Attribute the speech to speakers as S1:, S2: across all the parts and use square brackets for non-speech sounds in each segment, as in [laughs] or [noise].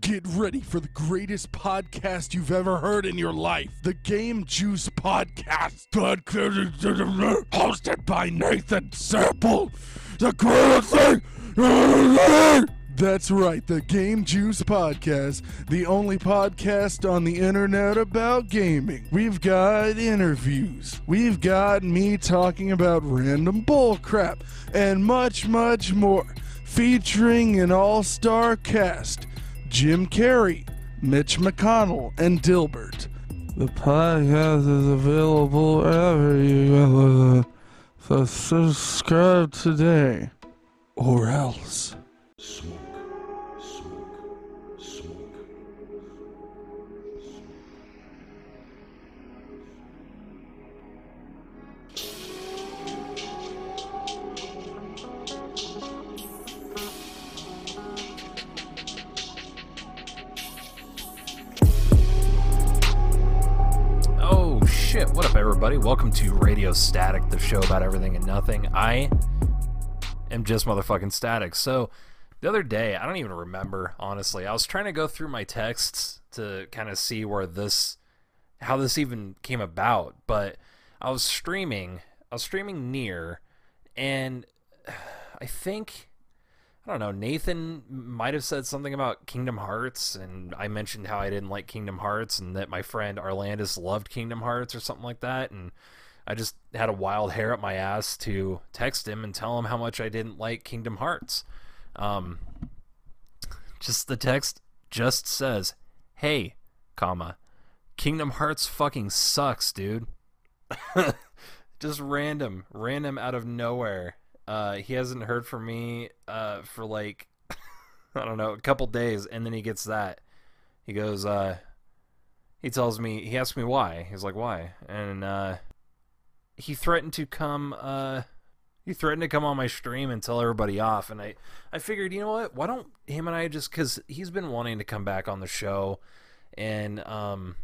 S1: Get ready for the greatest podcast you've ever heard in your life the Game Juice Podcast. Hosted by Nathan Sample. The greatest thing you've ever heard. That's right, the Game Juice Podcast, the only podcast on the internet about gaming. We've got interviews, we've got me talking about random bullcrap, and much, much more. Featuring an all star cast Jim Carrey, Mitch McConnell, and Dilbert. The podcast is available wherever you go. So subscribe today, or else.
S2: Smoke, smoke, smoke.
S3: Oh shit, what up everybody? Welcome to Radio Static, the show about everything and nothing. I am just motherfucking static. So the other day, I don't even remember, honestly. I was trying to go through my texts to kind of see where this how this even came about, but I was streaming, I was streaming near and [sighs] I think I don't know. Nathan might have said something about Kingdom Hearts, and I mentioned how I didn't like Kingdom Hearts, and that my friend Arlandis loved Kingdom Hearts or something like that. And I just had a wild hair up my ass to text him and tell him how much I didn't like Kingdom Hearts. Um, just the text just says, "Hey, comma, Kingdom Hearts fucking sucks, dude." just random, random out of nowhere. Uh, he hasn't heard from me uh, for like [laughs] I don't know a couple days, and then he gets that. He goes, uh, he tells me, he asks me why. He's like, why? And uh, he threatened to come. Uh, he threatened to come on my stream and tell everybody off. And I, I figured, you know what? Why don't him and I just because he's been wanting to come back on the show, and um,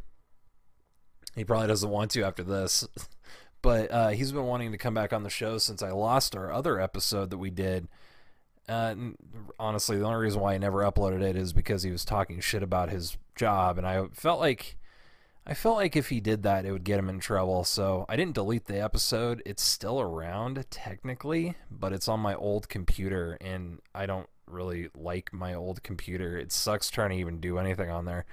S3: he probably doesn't want to after this [laughs] but uh, he's been wanting to come back on the show since I lost our other episode that we did. Uh, n- honestly, the only reason why I never uploaded it is because he was talking shit about his job, and I felt like I felt like if he did that, it would get him in trouble. So I didn't delete the episode. It's still around technically, but it's on my old computer, and I don't really like my old computer. It sucks trying to even do anything on there.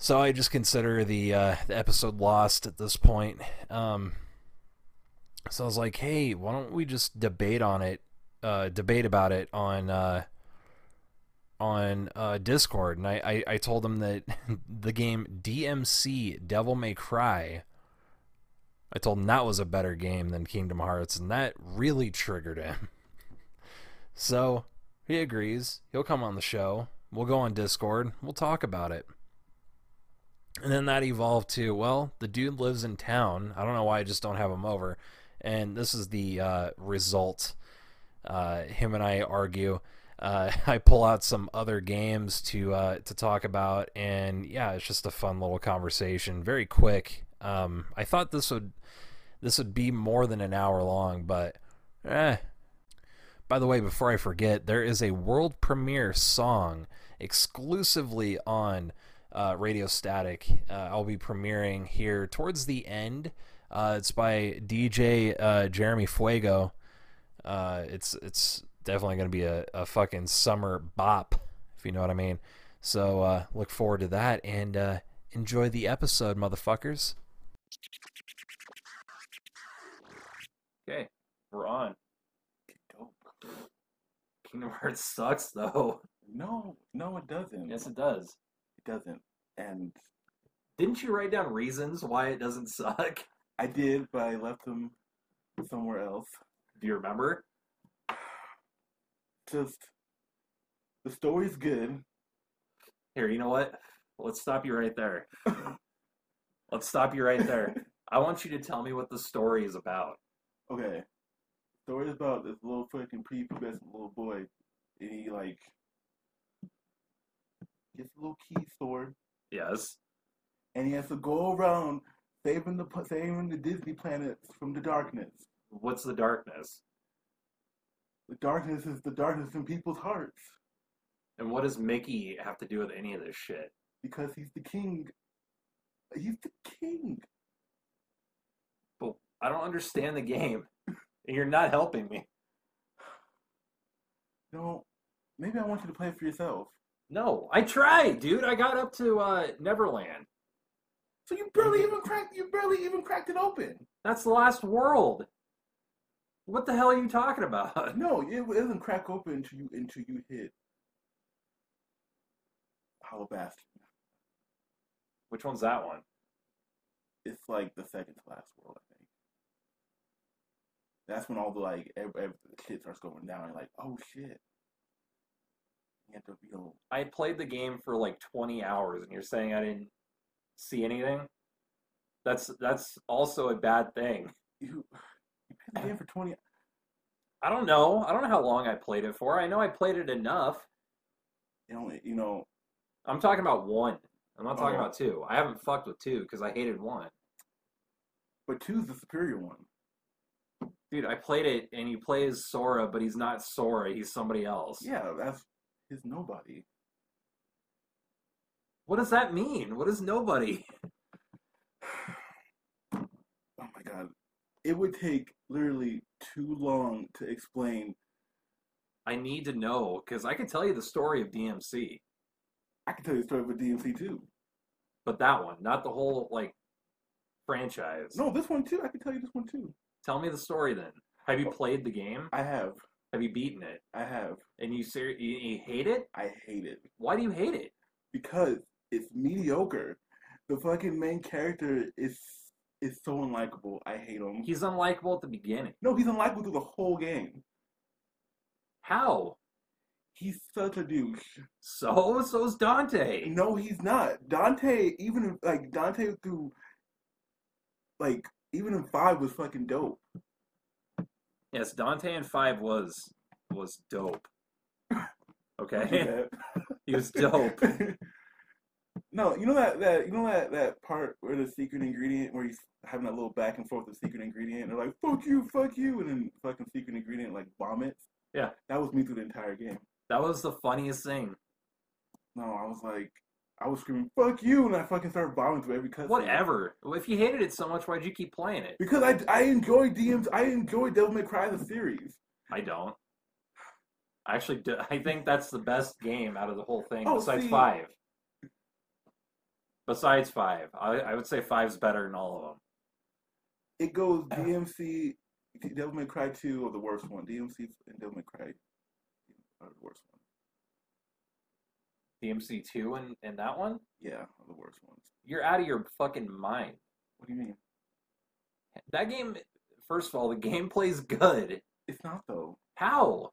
S3: So I just consider the uh, the episode lost at this point. Um, so I was like, hey, why don't we just debate on it, uh, debate about it on uh, on uh, Discord? And I, I, I told him that [laughs] the game DMC Devil May Cry. I told him that was a better game than Kingdom Hearts, and that really triggered him. [laughs] so he agrees. He'll come on the show. We'll go on Discord. We'll talk about it. And then that evolved to, well, the dude lives in town. I don't know why I just don't have him over. And this is the uh, result. Uh, him and I argue. Uh, [laughs] I pull out some other games to uh, to talk about, and yeah, it's just a fun little conversation. Very quick. Um, I thought this would this would be more than an hour long, but eh, by the way, before I forget, there is a world premiere song exclusively on uh, Radio Static. Uh, I'll be premiering here towards the end. Uh, it's by DJ uh, Jeremy Fuego. Uh, it's it's definitely going to be a, a fucking summer bop, if you know what I mean. So uh, look forward to that and uh, enjoy the episode, motherfuckers. Okay, we're on. Kingdom Hearts sucks though.
S2: No, no, it doesn't.
S3: it does.
S2: It doesn't. And
S3: Didn't you write down reasons why it doesn't suck? [laughs]
S2: I did, but I left them somewhere else.
S3: Do you remember?
S2: Just the story's good.
S3: Here, you know what? Let's stop you right there. [laughs] Let's stop you right there. I want you to tell me what the story is about.
S2: [laughs] Okay. Story's about this little fucking prepubescent little boy, and he like gets a little key sword,
S3: Yes.
S2: and he has to go around saving the pl- saving the Disney planets from the darkness.
S3: What's the darkness?
S2: The darkness is the darkness in people's hearts.
S4: And what does Mickey have to do with any of this shit?
S2: because he's the king. He's the king.
S4: But I don't understand
S3: [laughs]
S4: the game. And you're not helping me.
S2: No, maybe I want you to play it for yourself.
S4: No, I tried, dude. I got up to uh, Neverland.
S2: So you barely even cracked. You barely even cracked it open.
S4: That's the last world. What the hell are you talking about? [laughs]
S2: No, it doesn't crack open until you until you hit Halabast.
S4: Which one's that one?
S2: It's like the second to last world, I think. That's when all the like ev ev the shit starts going down. And you're like, oh shit. You have to reload.
S4: I played the game for like 20 hours and you're saying I didn't see anything? That's that's also a bad thing.
S2: You [sighs] you played the game for twenty.
S4: I don't know. I don't know how long I played it for. I know I played it enough.
S2: You know, you know.
S4: I'm talking about one. I'm not talking
S2: Oh.
S4: about two. I haven't fucked with two because I hated one.
S2: But two's the superior one.
S4: Dude, I played it and you play as Sora, but he's not Sora, he's somebody else.
S2: Yeah, that's his nobody.
S4: What does that mean? What is nobody?
S2: Oh my god. It would take literally too long to explain.
S4: I need to know because I could tell you the story of DMC,
S2: I can tell you the story of a DMC too.
S4: but that one, not the whole like franchise.
S2: No, this one too. I can tell you this one too.
S4: Tell me the story then. Have you played the game?
S2: I have.
S4: Have you beaten it?
S2: I have.
S4: And you ser- you, you hate it?
S2: I hate it.
S4: Why do you hate it?
S2: Because it's mediocre. The fucking main character is is so unlikable. I hate him.
S4: He's unlikable at the beginning.
S2: No, he's unlikable through the whole game.
S4: How?
S2: He's such a douche.
S4: So [laughs] so's Dante.
S2: No, he's not. Dante, even in- like Dante through like even in five was fucking dope.
S4: Yes, Dante and Five was was
S2: [laughs]
S4: dope. Okay,
S2: Yeah.
S4: [laughs] he was dope.
S2: [laughs] no, you know that that you know that that part where the secret ingredient where he's having that little back and forth with secret ingredient and they're like fuck you, fuck you, and then fucking secret ingredient like vomits.
S4: Yeah.
S2: that was me through the entire game.
S4: That was the funniest thing.
S2: No, I was like, I was screaming fuck you, and I fucking started vomiting through every cutscene.
S4: Whatever. If you hated it so much, why'd you keep playing it?
S2: Because I I enjoy DMs, I enjoy Devil May Cry the series.
S4: I don't. I actually do. I think that's the best game out of the whole thing,
S2: Oh,
S4: besides
S2: see.
S4: Five. Besides Five, I, I would say Five's better than all of them.
S2: It goes DMC, Devil May Cry two or the worst one. DMC and Devil May Cry are the worst one.
S4: DMC two and, and that one,
S2: Yeah, are the worst ones.
S4: you're out of your fucking mind.
S2: What do you mean?
S4: That game, first of all, the [laughs] gameplay's good.
S2: It's not though.
S4: How?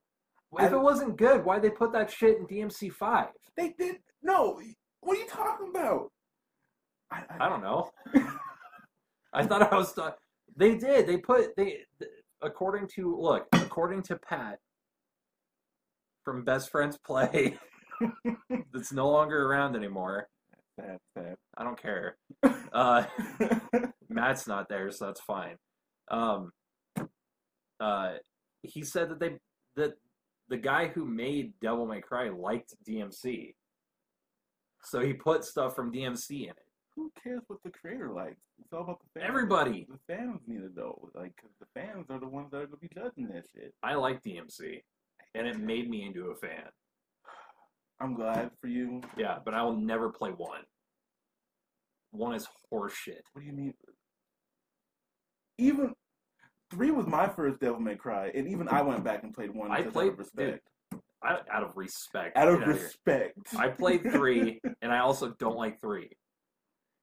S2: I-
S4: If it wasn't good, why'd they put that shit in DMC five?
S2: They did no. What are you talking about? I,
S4: I don't know. I thought I was. Th- they did. They put they. According to look, according to Pat from Best Friends Play, [laughs] that's no longer around anymore.
S2: Sad,
S4: I don't care. Uh,
S2: sad. [laughs]
S4: Matt's not there, so that's fine. Um, uh, he said that they that the guy who made Devil May Cry liked DMC, so he put stuff from DMC in it.
S2: Who cares what the creator likes? It's all about the fans.
S4: Everybody,
S2: The fans need to know, like, 'cause the fans are the ones that are gonna be judging that shit.
S4: I like DMC, and it made me into a fan.
S2: I'm glad for you.
S4: Yeah, but I will never play one. One is horseshit.
S2: What do you mean? Even three was my first Devil May Cry, and even I went back and played one.
S4: I
S2: because
S4: played-
S2: out of respect.
S4: I, out of respect. get
S2: out of
S4: outta here.
S2: respect.
S4: I
S2: [laughs]
S4: played three, and I also don't like three.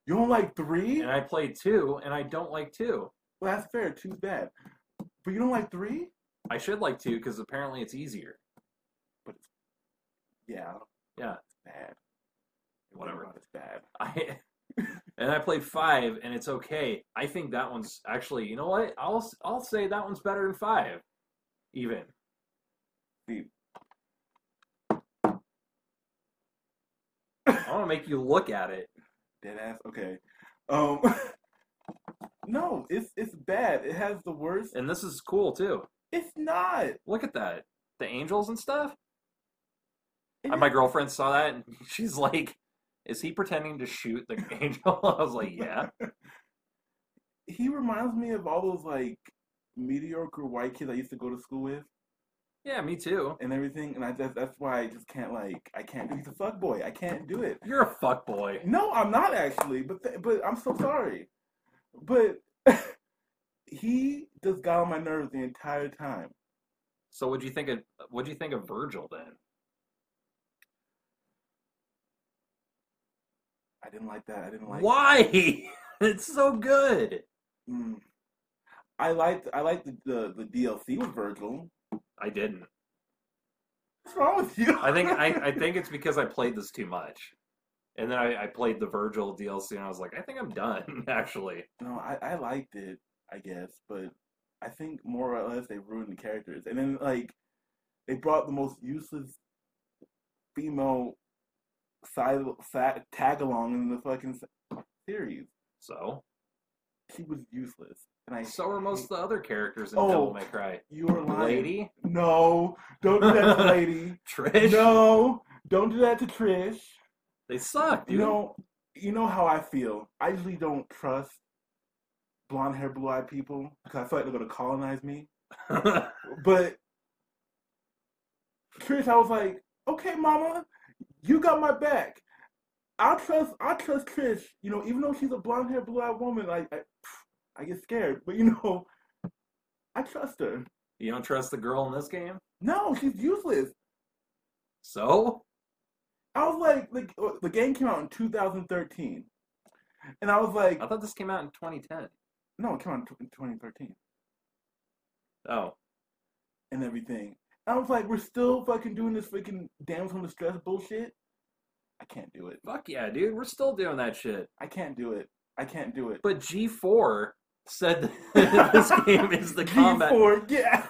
S2: You don't like three?
S4: And I played two, and I don't like two.
S2: Well, that's fair. Two's bad, but you don't like three?
S4: I should like two because apparently it's easier.
S2: Yeah.
S4: Yeah.
S2: It's bad.
S4: Whatever.
S2: It's bad.
S4: I [laughs] and I played five, and it's okay. I think that one's actually, you know what? I'll I'll say that one's better than five, even.
S2: Dude.
S4: I want to make you look at it.
S2: Dead ass. Okay. Um. [laughs] no, it's it's bad. It has the worst.
S4: And this is cool too.
S2: It's not.
S4: Look at that. The angels and stuff. And my girlfriend saw that and [laughs] she's like, Is he pretending to shoot the [laughs] angel? I was like, Yeah.
S2: [laughs] He reminds me of all those like mediocre white kids I used to go to school with
S4: Yeah, me too.
S2: and everything, and I that's, that's why I just can't like I can't do. He's a fuck boy. I can't do it.
S4: You're a fuck boy.
S2: No, I'm not actually, but th- but I'm so sorry, but [laughs] he just got on my nerves the entire time.
S4: So what'd you think of what'd you think of Virgil then?
S2: I didn't like that. I didn't like.
S4: Why? [laughs] It's so good.
S2: Mm. I liked I liked the, the the DLC with Virgil.
S4: I didn't.
S2: What's wrong with you?
S4: I think I, I think it's because I played this too much. And then I, I played the Virgil DLC and I was like, I think I'm done, [laughs] actually.
S2: [laughs] no, I I liked it. I guess, but I think more or less they ruined the characters, and then like they brought the most useless female side sa tag along in the fucking s- series.
S4: So
S2: She was useless, and I
S4: so are most of the other characters in
S2: Oh.
S4: Devil May Cry.
S2: You are lying.
S4: Lady,
S2: No, don't do
S4: [laughs]
S2: that to Lady.
S4: Trish,
S2: no, don't do that to Trish.
S4: they suck,
S2: You
S4: dude.
S2: know, you know how I feel. I usually don't trust blonde hair, blue eyed people because I feel like they're gonna colonize me. But Trish, I was like, okay, Mama, you got my back. I trust, I trust Trish. You know, even though she's a blonde hair, blue eyed woman, I, I, I get scared. But you know, I trust her.
S4: [laughs] you don't trust the girl in this game?
S2: No, she's useless.
S4: So?
S2: I was like, the, the game came out in 2013. And I was like,
S4: I thought this came out in 2010.
S2: no, it came out in tw- in 2013
S4: Oh,
S2: and everything. And I was like, we're still fucking doing this freaking damn from the stress bullshit. I can't do it.
S4: fuck yeah, dude. We're still doing that shit.
S2: I can't do it. I can't do it.
S4: But G4 said [laughs] that [laughs]
S2: [laughs]
S4: this game is the combat.
S2: G4, yeah.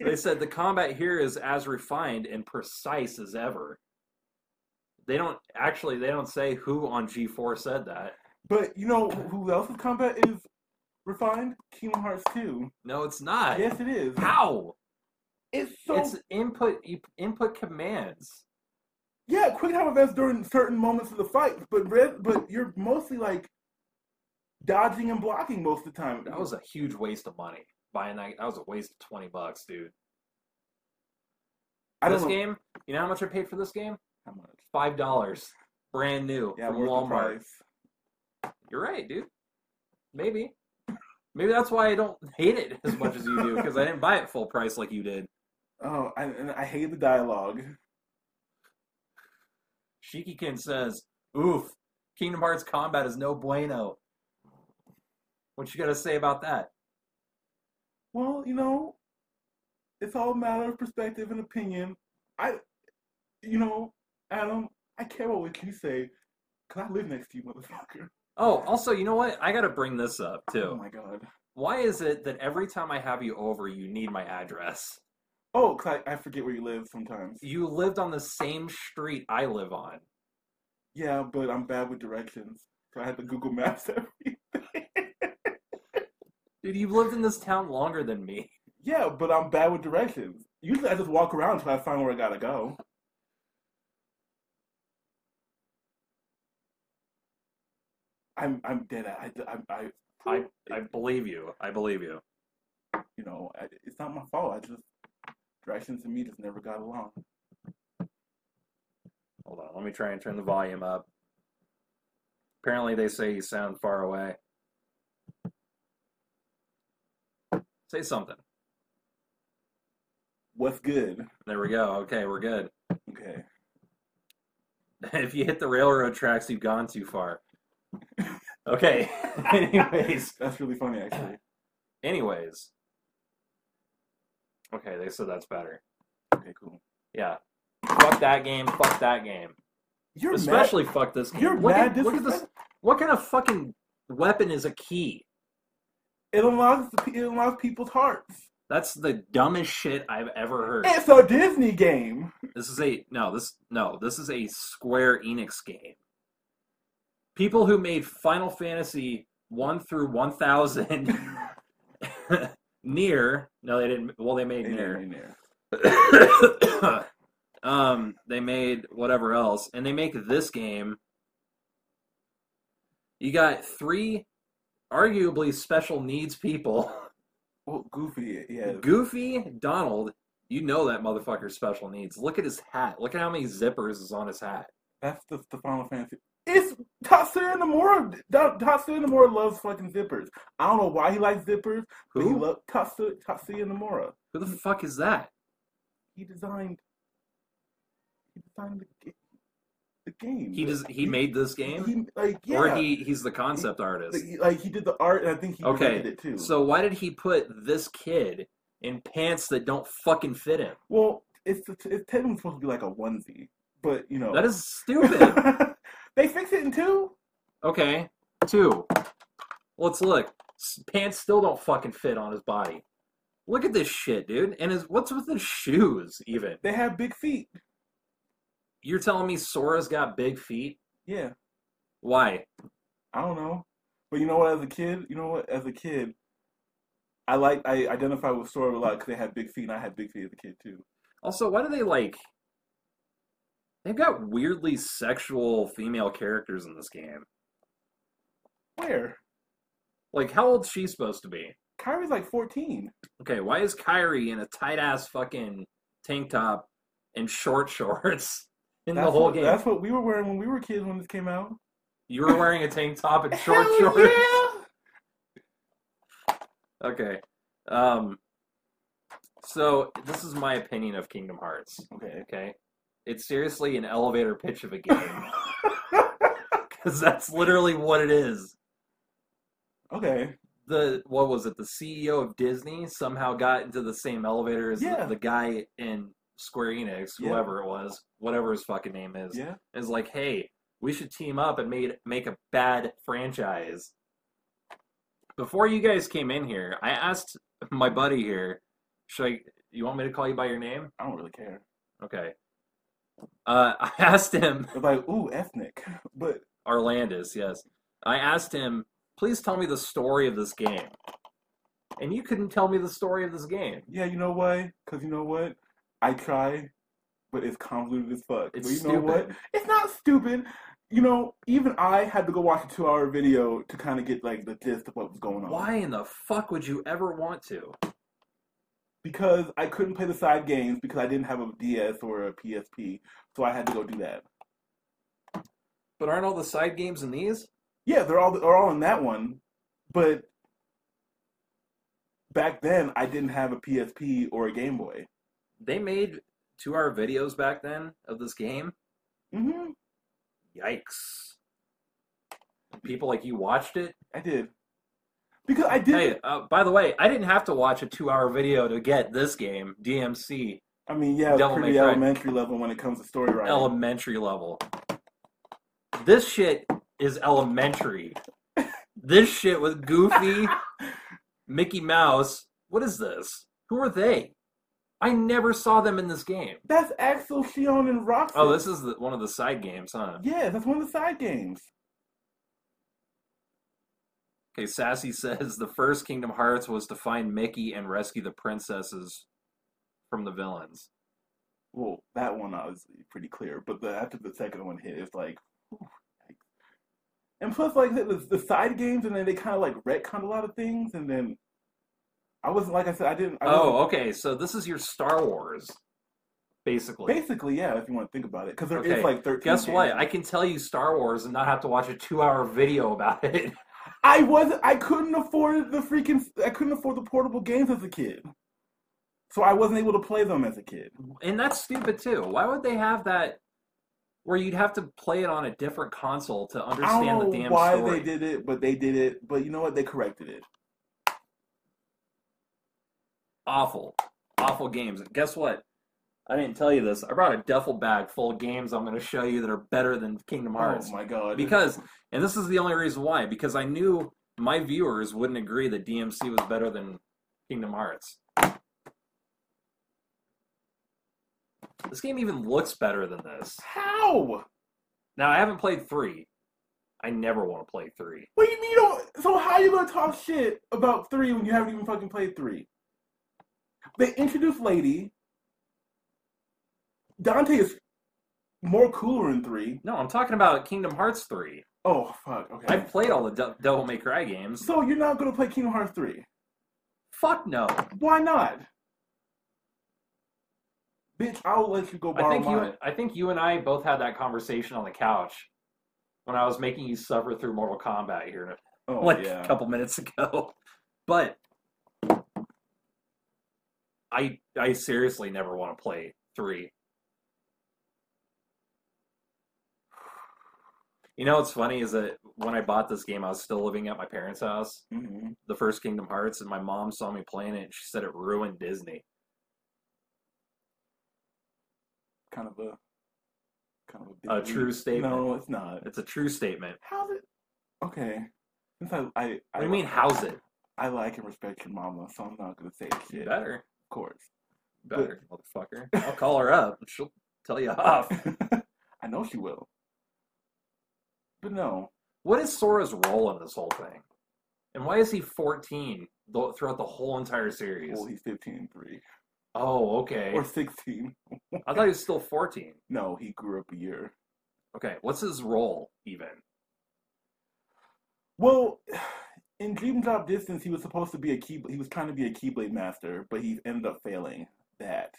S4: They said the combat here is as refined and precise as ever. They don't actually. They don't say who on G4 said that.
S2: [laughs] but you know who else's combat is refined? Kingdom Hearts 2.
S4: No, it's not.
S2: Yes, it is.
S4: How?
S2: It's so.
S4: It's input e, input commands.
S2: Yeah, quick time events during certain moments of the fight, but red, but you're mostly like dodging and blocking most of the time.
S4: That was a huge waste of money buying that. That was a waste of twenty bucks, dude.
S2: I don't
S4: this
S2: know
S4: game, you know how much I paid for this game?
S2: how much.
S4: Five dollars, brand new
S2: Yeah,
S4: from
S2: worth the
S4: Walmart.
S2: price.
S4: You're right, dude. Maybe, maybe that's why I don't [laughs] hate it as much as you do because I didn't buy it full price like you did.
S2: Oh, I, and I hate the dialogue.
S4: Shikikin says, "Oof, Kingdom Hearts combat is no bueno." What you got to say about that?
S2: Well, you know, it's all a matter of perspective and opinion. I, you know, Adam, I care about what you say, cause I live next to you, motherfucker.
S4: Oh, also, you know what? I got to bring this up
S2: Oh
S4: too.
S2: my god.
S4: Why is it that every time I have you over, you need my address?
S2: Oh, 'cause I, I forget where you live sometimes.
S4: You lived on the same street I live on.
S2: Yeah, but I'm bad with directions, so I had to Google Maps [laughs] everything.
S4: Dude, you've lived in this town longer than me.
S2: Yeah, but I'm bad with directions. Usually I just walk around until I find where I gotta go. I'm I'm dead. I I I,
S4: I, I believe you. I believe you.
S2: you know I, it's not my fault. I just directions and me just never got along.
S4: Hold on, let me try and turn the volume up. Apparently, they say you sound far away. Say something.
S2: What's good?
S4: There we go. Okay, we're good. [laughs]
S2: Okay. [laughs]
S4: If you hit the railroad tracks, you've gone too far. Okay. [laughs] anyways,
S2: that's really funny actually.
S4: anyways. Okay, they said that's better.
S2: Okay, cool.
S4: Yeah. Fuck that game. Fuck that game.
S2: You're mad-
S4: Especially fuck this game.
S2: You're
S4: look
S2: mad
S4: at, look at this.
S2: disrespect-
S4: What kind of fucking weapon is a key?
S2: It unlocks the pe- it unlocks people's hearts.
S4: That's the dumbest shit I've ever heard.
S2: It's a Disney game.
S4: This is a no, this no, this is a Square Enix game. People who made Final Fantasy 1 through [laughs] 1000 near, no they didn't well they made
S2: Hey,
S4: near.
S2: there.
S4: [coughs] Um, they made whatever else, and they make this game. You got three, arguably special needs people: [laughs]
S2: Well, Goofy, yeah.
S4: Goofy, Donald. You know that motherfucker's special needs. Look at his hat. Look at how many zippers is on his hat.
S2: That's the, the Final Fantasy. It's Tatsuya Nomura. Ta- Tatsuya Nomura loves fucking zippers. I don't know why he likes zippers, but he
S4: Who?
S2: loves Tatsuya, Tatsuya Nomura.
S4: Who the fuck is that?
S2: He designed. He designed the, ga- the game.
S4: He does. He made this game,
S2: He, like yeah.
S4: or he he's the concept artist.
S2: like, he- like, he did the art, and I think he
S4: Okay,
S2: directed it too.
S4: So why did he put this kid in pants that don't fucking fit him?
S2: well, it's it's technically supposed to be like a onesie, but you know
S4: That is
S2: [laughs]
S4: stupid.
S2: they fixed it in two.
S4: okay, two. Let's look. S- Pants still don't fucking fit on his body. Look at this shit, dude. And his what's with his shoes? Even
S2: They have big feet.
S4: you're telling me Sora's got big feet?
S2: Yeah.
S4: Why?
S2: I don't know. But you know what? As a kid, you know what? As a kid, I like I identify with Sora a lot because they had big feet, and I had big feet as a kid too.
S4: Also, why do they like? They've got weirdly sexual female characters in this game.
S2: Where
S4: Like, how old's she supposed to be?
S2: Kyrie's like fourteen.
S4: Okay, why is Kyrie in a tight ass fucking tank top and short [laughs] shorts in
S2: That's
S4: the whole
S2: what,
S4: game?
S2: That's what we were wearing when we were kids when this came out.
S4: You were wearing a tank top
S2: [laughs]
S4: and short
S2: Hell
S4: shorts.
S2: yeah!
S4: Okay. Um so this is my opinion of Kingdom Hearts,
S2: [laughs] Okay.
S4: okay? It's seriously an elevator pitch of a game [laughs] cuz that's literally what it is.
S2: okay.
S4: The what was it? The CEO of Disney somehow got into the same elevator as the-
S2: Yeah.
S4: the, guy in Square Enix,
S2: Yeah.
S4: whoever it was, whatever his fucking name is.
S2: Yeah.
S4: is like, hey, we should team up and made make a bad franchise. Before you guys came in here, I asked my buddy here, should I you want me to call you by your name?
S2: I don't really care.
S4: Okay. Uh, [laughs] I asked him
S2: It's like ooh ethnic, but
S4: Arlandis, yes. I asked him, please tell me the story of this game. And you couldn't tell me the story of this game.
S2: yeah, you know why? Because you know what? I try, but it's convoluted as fuck.
S4: It's
S2: but you know
S4: stupid.
S2: what? It's not stupid. You know, even I had to go watch a two-hour video to kind of get like the gist of what was going on.
S4: Why in the fuck would you ever want to?
S2: Because I couldn't play the side games because I didn't have a DS or a PSP, so I had to go do that.
S4: But aren't all the side games in these?
S2: Yeah, they're all they're all in that one, but back then I didn't have a PSP or a Game Boy.
S4: They made two hour videos back then of this game.
S2: hmm
S4: Yikes. People like you watched it?
S2: I did because I did.
S4: Hey, uh, by the way, I didn't have to watch a two hour video to get this game, DMC,
S2: I mean, yeah,
S4: Devil May
S2: pretty
S4: Cry.
S2: elementary level when it comes to story writing.
S4: elementary level. This shit is elementary. this shit with Goofy, Mickey Mouse. What is this? Who are they? I never saw them in this game.
S2: That's Axel, Shion, and Roxy.
S4: Oh, this is the, one of the side games, huh?
S2: yeah, that's one of the side games.
S4: Okay, Sassy [laughs] says the first Kingdom Hearts was to find Mickey and rescue the princesses from the villains.
S2: Well, that one obviously pretty clear, but the after the second one hit, it's like, whew, yikes. and plus like the, the side games, and then they kind of like retconned a lot of things, and then I was like I said, I didn't. I wasn't-
S4: Oh, okay. So this is your Star Wars, basically.
S2: basically, yeah, if you want to think about it, because there is
S4: Okay,
S2: like thirteen.
S4: Guess what?
S2: games.
S4: I can tell you Star Wars and not have to watch a two-hour video about it. [laughs]
S2: I was I couldn't afford the freaking I couldn't afford the portable games as a kid, so I wasn't able to play them as a kid.
S4: And that's stupid too. Why would they have that where you'd have to play it on a different console to
S2: I
S4: understand
S2: don't
S4: the
S2: know
S4: damn
S2: why
S4: story?
S2: they did it, but they did it. But you know what? They corrected it.
S4: Awful, awful games. And guess what? I didn't tell you this. I brought a duffel bag full of games I'm going to show you that are better than Kingdom Hearts.
S2: Oh my god!
S4: because and this is the only reason why because i knew my viewers wouldn't agree that dmc was better than kingdom hearts this game even looks better than this
S2: how?
S4: now i haven't played three i never want to play three
S2: What do you mean? You don't, so how you gonna talk shit about three when you haven't even fucking played three? They introduced Lady. Dante is more cooler in three.
S4: No, I'm talking about Kingdom Hearts 3.
S2: Oh fuck. Okay.
S4: I've played all the De- Devil May Cry games.
S2: So you're not gonna play Kingdom Hearts three?
S4: Fuck no.
S2: Why not? Bitch, I'll let you go borrow
S4: I think
S2: mine.
S4: you I think you and I both had that conversation on the couch when I was making you suffer through Mortal Kombat here in a [laughs]
S2: oh
S4: like
S2: yeah.
S4: a couple minutes ago. [laughs] But I I seriously never want to play three. You know what's funny is that when I bought this game, I was still living at my parents' house,
S2: Mhm.
S4: the first Kingdom Hearts, and my mom saw me playing it. And she said it ruined Disney.
S2: Kind of a kind of a, big
S4: A
S2: leap.
S4: true statement.
S2: No, it's not.
S4: It's a true statement.
S2: How's it? Okay. Since I, I,
S4: What
S2: I
S4: do you mean, how's it
S2: I like and respect your mama, so I'm not gonna say shit. Of
S4: better?
S2: course.
S4: Better, motherfucker. I'll call her up. and She'll tell [laughs] you off.
S2: [laughs] I know she will. But no,
S4: What is Sora's role in this whole thing? And why is he 14 tho- throughout the whole entire series?
S2: well, he's 15 and three
S4: Oh, okay.
S2: or 16.
S4: I thought he was still 14.
S2: No, he grew up a year.
S4: Okay, what's his role even?
S2: Well, in Dream Drop Distance, he was supposed to be a key. He was trying to be a Keyblade master, but he ended up failing that.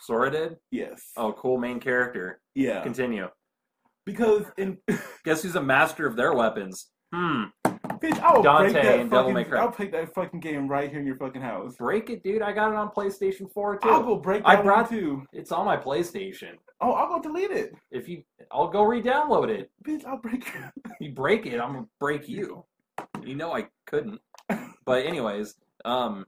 S4: Sora did?
S2: Yes.
S4: Oh, cool main character.
S2: yeah.
S4: Continue.
S2: Because in
S4: Guess who's a master of their weapons? Hmm.
S2: bitch, I'll
S4: Dante
S2: break that
S4: and Devil
S2: fucking.
S4: May Cry.
S2: I'll play that fucking game right here in your fucking house.
S4: Break it, dude. I got it on PlayStation 4 too.
S2: I'll go break
S4: I
S2: that
S4: brought-
S2: one too.
S4: it's on my PlayStation.
S2: Oh, I'll go delete it.
S4: If you, I'll go re-download it.
S2: Bitch, I'll break it.
S4: you break it, I'm gonna break you. You know I couldn't. But anyways, um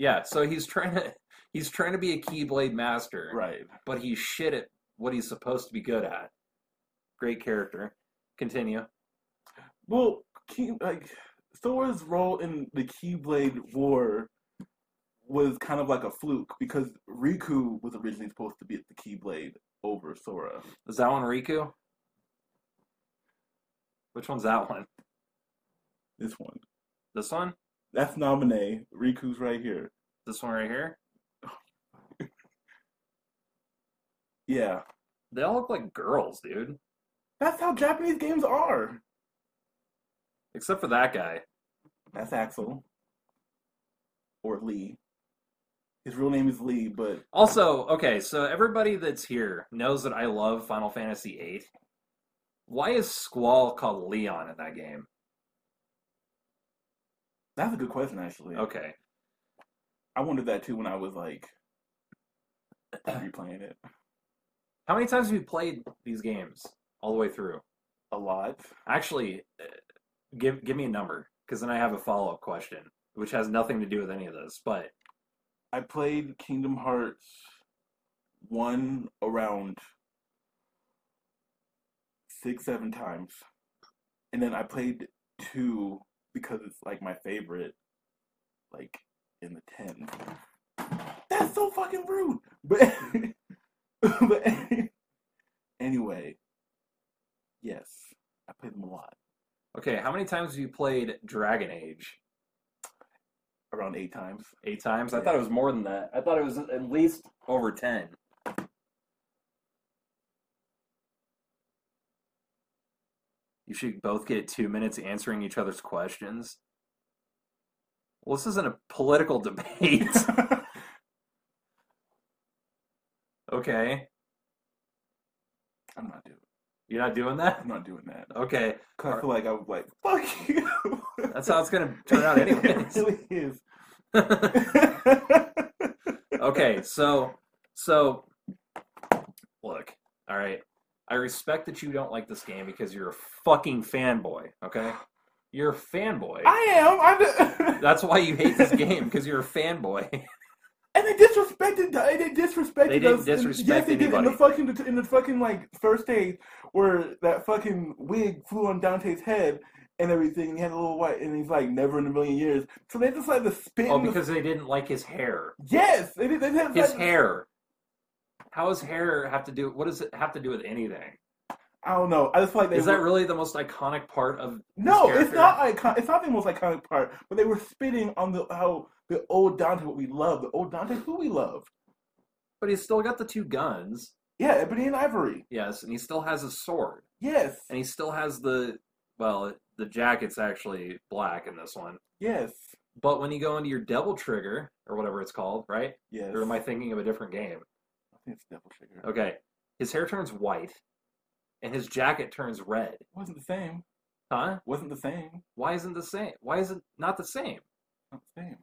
S4: Yeah, so he's trying to he's trying to be a keyblade master,
S2: Right.
S4: but he's shit at what he's supposed to be good at. Great character. Continue.
S2: Well, Key, like Sora's role in the Keyblade War was kind of like a fluke because Riku was originally supposed to be at the Keyblade over Sora.
S4: Is that one Riku? Which one's that one?
S2: This one.
S4: This one?
S2: That's Naminé. Riku's right here.
S4: This one right here?
S2: Yeah.
S4: They all look like girls, dude.
S2: That's how Japanese games are.
S4: Except for that guy.
S2: That's Axel. Or Lee. His real name is Lee, but
S4: Also, okay, so everybody that's here knows that I love Final Fantasy VIII. Why is Squall called Leon in that game?
S2: that's a good question actually.
S4: Okay,
S2: I wondered that too when I was like [clears throat] replaying it
S4: how many times have you played these games all the way through?
S2: a lot.
S4: Actually, uh, give give me a number because then I have a follow up question, which has nothing to do with any of this. But
S2: I played Kingdom Hearts one around six, seven times. And then I played two because it's like my favorite, like in the ten. That's so fucking rude. But, [laughs] but [laughs] anyway, yes, I played them a lot,
S4: okay, how many times have you played Dragon Age?
S2: around eight times. [laughs]
S4: Eight times? I thought it was more than that. I thought it was at least over ten. You should both get two minutes answering each other's questions. Well, this isn't a political [laughs] debate. okay.
S2: I'm not doing.
S4: You're not doing that?
S2: I'm not doing that.
S4: Okay.
S2: Cause I feel like I was like, "Fuck you." [laughs]
S4: That's how it's going to turn out,
S2: it [laughs]
S4: anyways.
S2: really
S4: [laughs]
S2: is.
S4: okay, so so look, all right. I respect that you don't like this game because you're a fucking fanboy, okay? You're a fanboy.
S2: I am. I'm the- [laughs]
S4: That's why you hate this game because you're a fanboy.
S2: and they disrespected. the- They disrespected
S4: They didn't
S2: us. and-
S4: disrespect
S2: yes, they did in the
S4: anybody.
S2: fucking in the fucking like first day where that fucking wig flew on Dante's head and everything. And he had a little white, and he's like, "Never in a million years." So they decided to spit.
S4: oh,
S2: in the-
S4: because they didn't like his hair.
S2: yes, they did. They did
S4: His hair. How does hair have to do what does it have to do with anything?
S2: I don't know. I just feel like they
S4: Is that
S2: were-
S4: really the most iconic part of
S2: No,
S4: his
S2: it's
S4: character.
S2: not icon- It's not the most iconic part, but they were spitting on the how the old Dante what we love, the old Dante who we love.
S4: But he's still got the two guns.
S2: Yeah, Ebony and Ivory.
S4: Yes, and he still has his sword.
S2: Yes.
S4: And he still has the well, the jacket's actually black in this one.
S2: Yes.
S4: But when you go into your devil trigger or whatever it's called, right?
S2: Yes.
S4: Or am I thinking of a different game?
S2: I think it's Devil Trigger.
S4: Okay. His hair turns white and his jacket turns red.
S2: Wasn't the same.
S4: Huh?
S2: Wasn't the same.
S4: Why isn't the same? Why is it not the same?
S2: Not the same.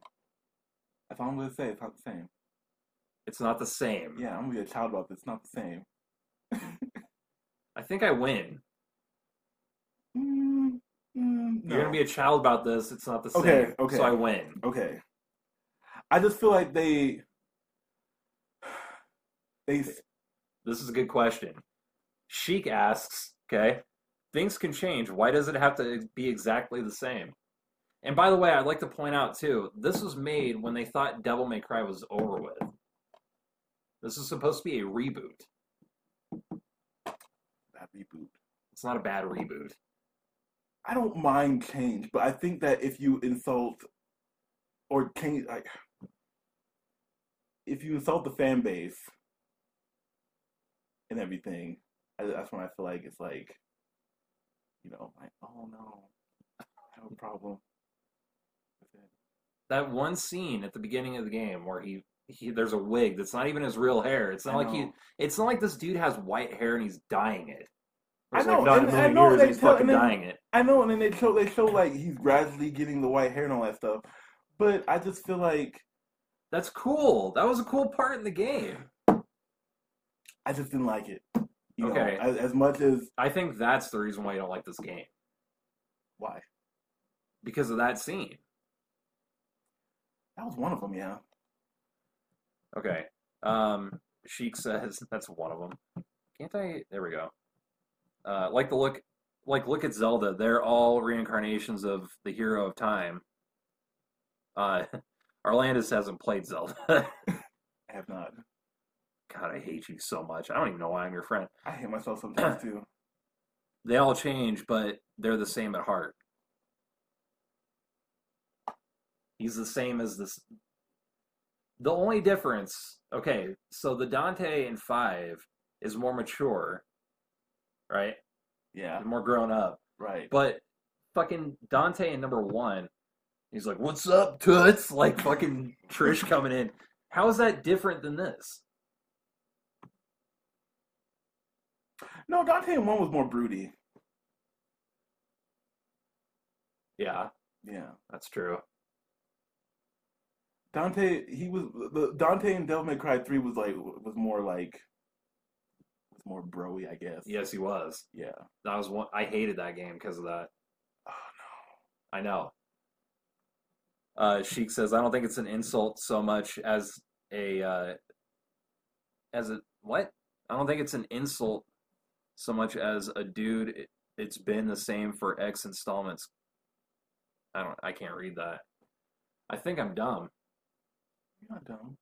S2: That's all I'm gonna say. It's not the same.
S4: It's not the same.
S2: Yeah, I'm gonna be a child about this. It's not the same.
S4: I think I win.
S2: Mm, mm,
S4: You're gonna be a child about this. It's not the same.
S2: Okay, okay.
S4: So I win.
S2: okay. I just feel like they [sighs] they s-
S4: This is a good question. Sheik asks, okay, things can change. Why does it have to be exactly the same? And by the way, I'd like to point out too, this was made when they thought Devil May Cry was over with. This is supposed to be a reboot.
S2: that reboot.
S4: It's not a bad reboot.
S2: I don't mind change, but I think that if you insult or change like if you insult the fan base and everything, I, that's when I feel like it's like you know, like oh no, I have a problem with it.
S4: That one scene at the beginning of the game where he, he there's a wig that's not even his real hair. It's not
S2: I
S4: like he
S2: know.
S4: it's not like this dude has white hair and he's dyeing it.
S2: I
S4: It's
S2: know,
S4: like not
S2: and-
S4: a
S2: I
S4: million
S2: know
S4: years
S2: they
S4: and he's
S2: tell-
S4: fucking
S2: and then-
S4: dyeing it.
S2: I know, and then they show they show like he's gradually getting the white hair and all that stuff, but I just feel like
S4: That's cool. That was a cool part in the game.
S2: I just didn't like it. You
S4: Okay.
S2: know, as, as much as
S4: I think that's the reason why you don't like this game
S2: why
S4: because of that scene.
S2: that was one of them, yeah.
S4: Okay. Um, Sheik says [laughs] that's one of them. Can't I? There we go. Uh, like the look, like look at Zelda. They're all reincarnations of the hero of time. Uh, [laughs] Arlandis hasn't played Zelda. [laughs] God,
S2: I have not.
S4: I hate you so much. I don't even know why I'm your friend.
S2: I hate
S4: [clears throat]
S2: myself sometimes too.
S4: They all change, but they're the same at heart. He's the same as this. The only difference, okay, so the Dante in five is more mature, right?
S2: Yeah,
S4: More grown up.
S2: right.
S4: But fucking Dante in number one, he's like, What's up, Toots? [laughs] Like fucking Trish coming in. How is that different than this?
S2: No, Dante in one was more broody.
S4: Yeah,
S2: Yeah,
S4: that's true.
S2: Dante. He was the Dante in Devil May Cry three was like was more like was more broy, I guess.
S4: Yes, he was.
S2: Yeah.
S4: That was one I hated that game because of that.
S2: Oh
S4: I know. Uh, Sheik says, I don't think it's an insult so much as a, uh, as a, what? I don't think it's an insult so much as a dude, it, it's been the same for X installments. I don't, I can't read that. I think I'm dumb.
S2: no, you're not dumb.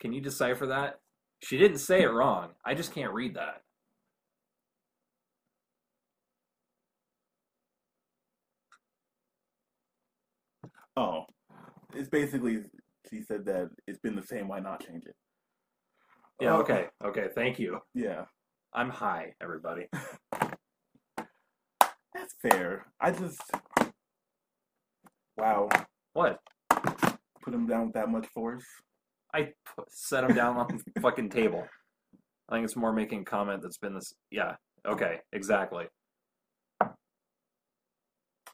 S4: Can you decipher that? She didn't say it wrong. I just can't read that.
S2: Oh, it's basically she said that it's been the same. Why not change it?
S4: Yeah,
S2: Uh,
S4: okay. Okay, thank you.
S2: Yeah,
S4: I'm high, everybody.
S2: that's fair. I just wow,
S4: What?
S2: put him down with that much force.
S4: I put, set him down on the fucking table. I think it's more making a comment that's been this. Yeah. Okay. Exactly.
S2: I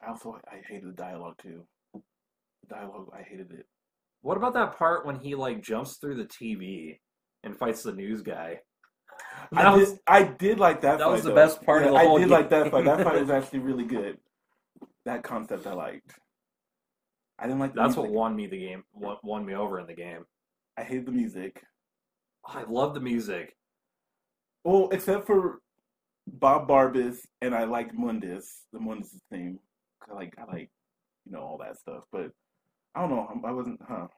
S2: also I hated the dialogue too. The dialogue I hated it.
S4: What about that part when he like jumps through the TV and fights the news guy? That
S2: I
S4: was
S2: did, I did like that.
S4: that
S2: fight,
S4: was the
S2: though.
S4: best part of
S2: Yeah,
S4: the whole
S2: I did like that fight.
S4: game.
S2: That
S4: [laughs]
S2: fight was actually really good. That concept I liked. I didn't like the
S4: that's what
S2: music.
S4: won me the game. Won, won me over in the game.
S2: I hated the music.
S4: I love the music.
S2: Well, except for Bob Barbas, and I liked Mundus, the Mundus theme. 'Cause I like, I like, you know, all that stuff. But I don't know. I'm- I wasn't, huh?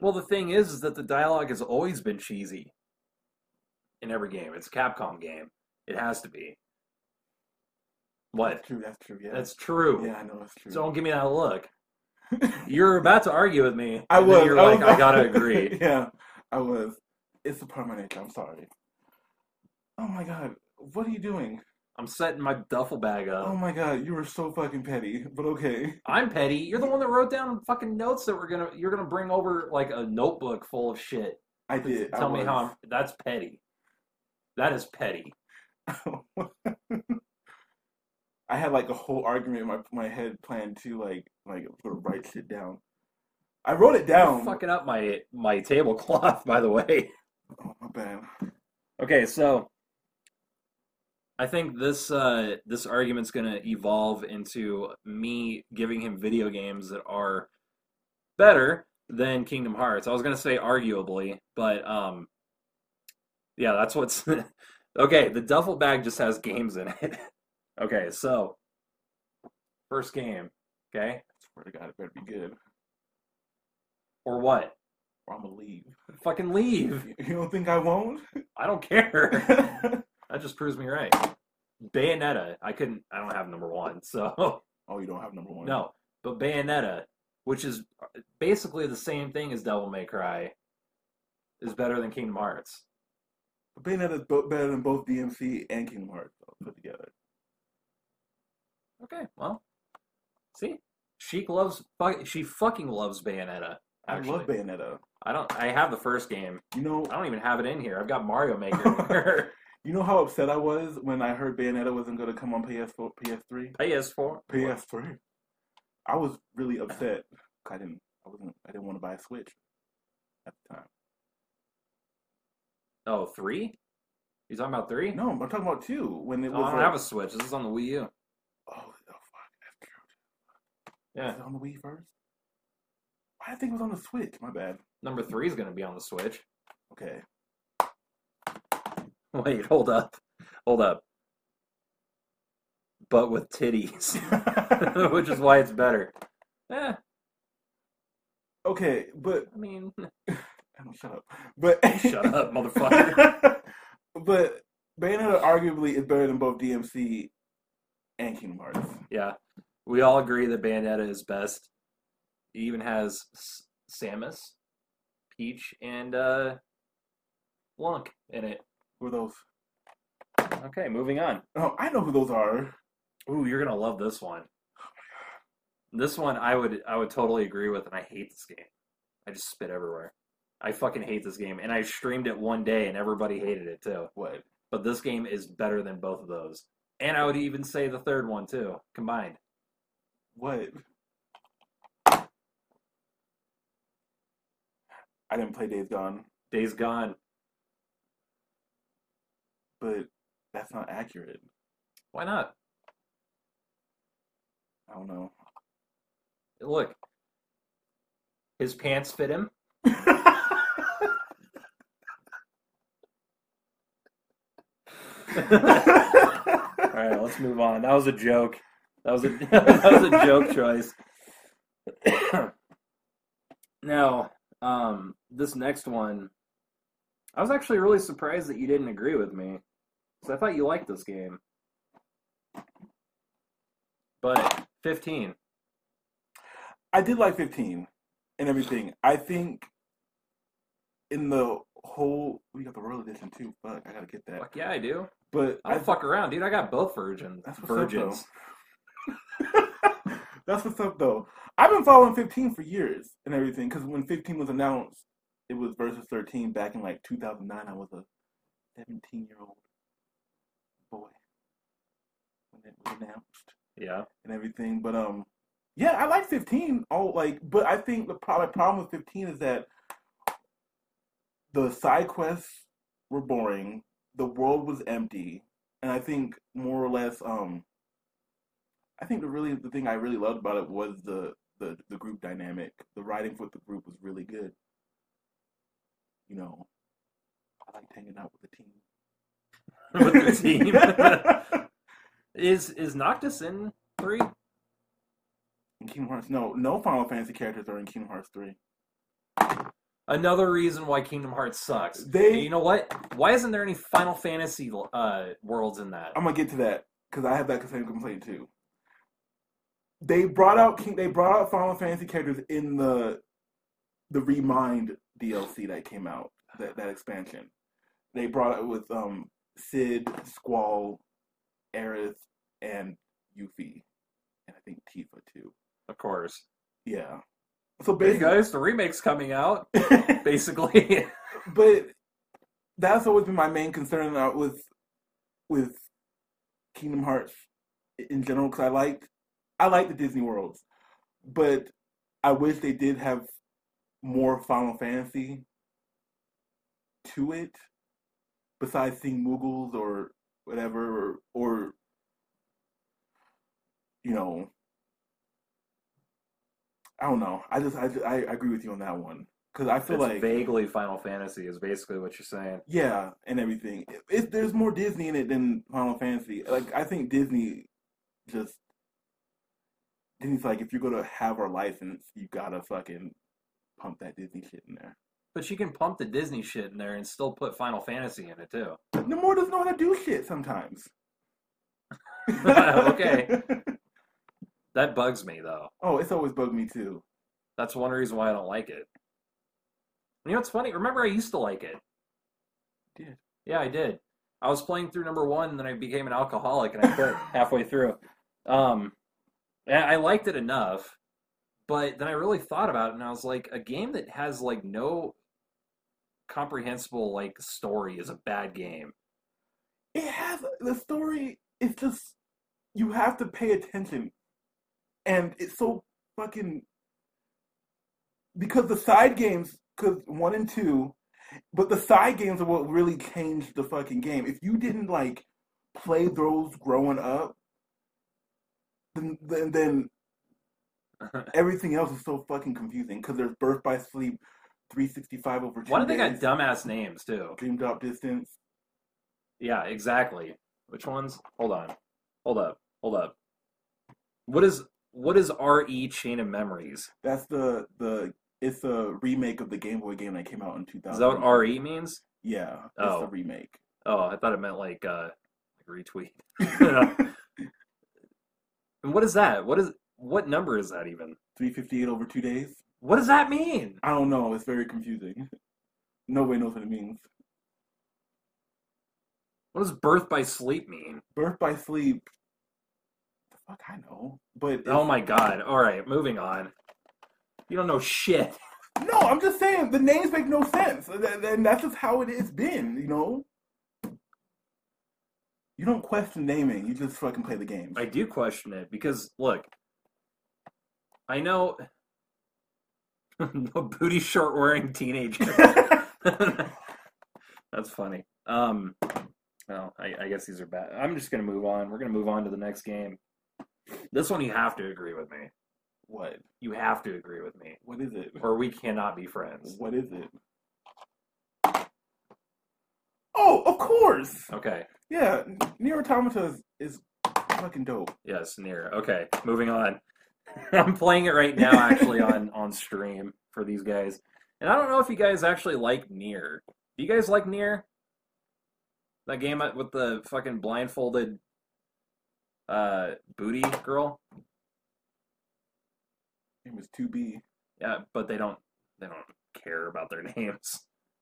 S4: Well, the thing is, is that the dialogue has always been cheesy in every game. It's a Capcom game. It has to be. What?
S2: That's true. That's true. Yeah.
S4: That's true.
S2: yeah. I know that's true.
S4: So don't give me that look.
S2: [laughs]
S4: You're about to argue with me.
S2: I
S4: and then
S2: was. Oh
S4: You're
S2: I [laughs]
S4: like,
S2: was-
S4: I gotta agree.
S2: yeah, I was. It's a part of my nature. I'm sorry. Oh my god, what are you doing?
S4: I'm setting my duffel bag up.
S2: Oh my god, you were so fucking petty. But okay,
S4: I'm petty. You're the one that wrote down fucking notes that we're gonna you're gonna bring over like a notebook full of shit.
S2: I did. I
S4: Tell me
S2: was.
S4: how I'm that's petty. That is petty.
S2: [laughs] I had like a whole argument in my my head planned to like like sort of write shit down. I wrote it
S4: You're
S2: down.
S4: fucking up my my tablecloth, [laughs] by the way.
S2: Oh my bad.
S4: Okay, so I think this uh, this argument's gonna evolve into me giving him video games that are better than Kingdom Hearts. I was gonna say arguably, but um, yeah, that's what's [laughs] okay. The duffel bag just has games in it. [laughs] Okay, so first game, okay,
S2: swear to God, it better be good,
S4: or what?
S2: or I'm gonna leave.
S4: Fucking leave.
S2: You don't think I won't?
S4: [laughs]
S2: [laughs]
S4: I don't care. [laughs] That just proves me right. Bayonetta, I couldn't. I don't have number one, so. [laughs]
S2: oh, you don't have number one.
S4: No, but Bayonetta, which is basically the same thing as Devil May Cry, is better than Kingdom Hearts.
S2: But Bayonetta's bo- better than both DMC and Kingdom Hearts though, put together.
S4: Okay, well, see, she loves fuck- she fucking loves Bayonetta.
S2: I
S4: Actually,
S2: love Bayonetta.
S4: I don't. I have the first game.
S2: You know,
S4: I don't even have it in here. I've got Mario Maker [laughs] in here.
S2: you know how upset I was when I heard Bayonetta wasn't gonna come on PS4, PS3,
S4: PS4.
S2: PS3. I was really upset. 'cause I didn't, I wasn't, I didn't want to buy a Switch at the time.
S4: Oh, three. You talking about three?
S2: No, I'm talking about two. When it
S4: Oh,
S2: was
S4: I don't
S2: like-
S4: have a Switch. This is on the Wii U.
S2: oh, oh, fuck, that's true.
S4: Yeah.
S2: Was it on the Wii first? Why did I think it was on the Switch? My bad.
S4: Number three is going to be on the Switch.
S2: Okay.
S4: [laughs] Wait, hold up. Hold up. But with titties, [laughs] which is why it's better. Eh,
S2: okay, but [laughs]
S4: I mean, [laughs]
S2: I don't shut up. But
S4: shut up, [laughs] motherfucker.
S2: [laughs] but Bayonetta arguably is better than both DMC and Kingdom Hearts.
S4: Yeah, we all agree that Bayonetta is best. It even has S- Samus, Peach, and uh, Blanc in it.
S2: Who are those?
S4: Okay, moving on.
S2: Oh, I know who those are.
S4: Ooh, you're gonna love this one. This one I would I would totally agree with, and I hate this game. I just spit everywhere. I fucking hate this game, and I streamed it one day, and everybody hated it too.
S2: What?
S4: But this game is better than both of those, and I would even say the third one too combined.
S2: What? I didn't play Days Gone,
S4: Days Gone.
S2: but that's not accurate.
S4: Why not?
S2: I don't know. [laughs]
S4: Look, his pants fit him. [laughs] All right, let's move on. That was a joke. That was a [laughs] that was a joke choice. [coughs] now, um, this next one, I was actually really surprised that you didn't agree with me, because I thought you liked this game. But fifteen,
S2: I did like 15 and everything. I think in the whole, we got the Royal Edition too. Fuck, I gotta get that.
S4: fuck yeah, I do.
S2: But
S4: I don't fuck around, dude. I got both virgin
S2: That's what's up,
S4: virgins.
S2: [laughs] That's what's up though. I've been following 15 for years and everything because when 15 was announced, it was versus 13 back in like 2009. I was a 17 year old boy when it was announced
S4: [laughs] Yeah,
S2: and everything. But um, yeah, I like 15. All like, but I think the pro- my problem with 15 is that the side quests were boring. The world was empty, and I think more or less um, I think the really the thing I really loved about it was the the the group dynamic. The writing with the group was really good. You know, I liked hanging out with the
S4: [laughs] with
S2: team.
S4: the team is is Noctis in three?
S2: in [laughs] Kingdom Hearts, no, no Final Fantasy characters are in Kingdom Hearts three.
S4: Another reason why Kingdom Hearts sucks.
S2: They-
S4: you know what? Why isn't there any Final Fantasy uh, worlds in that?
S2: I'm gonna get to that because I have that same complaint too. They brought out King. They brought out Final Fantasy characters in the the Remind DLC that came out. that, that expansion. They brought it with um Sid, Squall, Aerith, and Yuffie, and I think Tifa too.
S4: Of course.
S2: Yeah. So
S4: Hey
S2: basically,
S4: guys, the remake's coming out.
S2: [laughs]
S4: Basically,
S2: but that's always been my main concern uh, with with Kingdom Hearts in general because I liked I like the Disney worlds, but I wish they did have more Final Fantasy to it besides seeing Muggles or whatever or, or you know I don't know I just I I agree with you on that one because I feel
S4: it's
S2: like
S4: vaguely Final Fantasy is basically what you're saying.
S2: yeah, and everything. It, it, there's more Disney in it than Final Fantasy. Like I think Disney just Disney's like if you're gonna have our license, you gotta fucking pump that Disney shit in there.
S4: But you can pump the Disney shit in there and still put Final Fantasy in it too.
S2: Namor doesn't know how to do shit sometimes.
S4: Okay. That bugs me though.
S2: [laughs] Oh, it's always bugged me too.
S4: That's one reason why I don't like it. You know what's funny? Remember I used to like it.
S2: Did.
S4: Yeah, I did. I was playing through number one, and then I became an alcoholic and I quit halfway through. Um and I liked it enough, but then I really thought about it and I was like, a game that has like no comprehensible like story is a bad game.
S2: It has the story. It's just you have to pay attention, and it's so fucking because the side games, because one and two, but the side games are what really changed the fucking game. If you didn't like play those growing up, then then, then everything else is so fucking confusing. Because there's Birth by Sleep, 365 over.
S4: Why
S2: two
S4: do they got
S2: days,
S4: dumbass names too?
S2: Dream Drop Distance.
S4: Yeah, exactly. Which ones? Hold on. Hold up. Hold up. What is what is RE Chain of Memories?
S2: That's the the it's a remake of the Game Boy game that came out in 2000.
S4: Is that what RE means?
S2: Yeah, it's
S4: Oh.
S2: a
S4: [laughs]
S2: remake. [laughs]
S4: Oh, I thought it meant like uh like retweet. [laughs] Yeah. And what is that? What is what number is that even?
S2: 358 over two days.
S4: What does that mean?
S2: I don't know. It's very confusing. [laughs] Nobody knows what it means.
S4: What does birth by sleep mean?
S2: Birth by sleep. The fuck I know. But it's-
S4: Oh my god. All right, moving on. You don't know shit.
S2: no, I'm just saying the names make no sense, and that- and that's just how it has been. You know. You don't question naming. You just fucking play the game.
S4: I do question it because look, I know [laughs] no booty short wearing teenager.
S2: [laughs]
S4: [laughs] That's funny. Um, well, I, I guess these are bad. I'm just gonna move on. We're gonna move on to the next game. This one you have to agree with me.
S2: [laughs] what?
S4: You have to agree with me,
S2: What is it?
S4: or we cannot be friends.
S2: What is it? Oh, of course.
S4: Okay.
S2: Yeah, Nier Automata is, is fucking dope.
S4: Yes, near. Okay, moving on. [laughs] I'm playing it right now, actually on on stream for these guys, and I don't know if you guys actually like near. Do you guys like near? That game with the fucking blindfolded uh booty girl.
S2: It was 2B,
S4: Yeah, but they don't they don't care about their [laughs] names.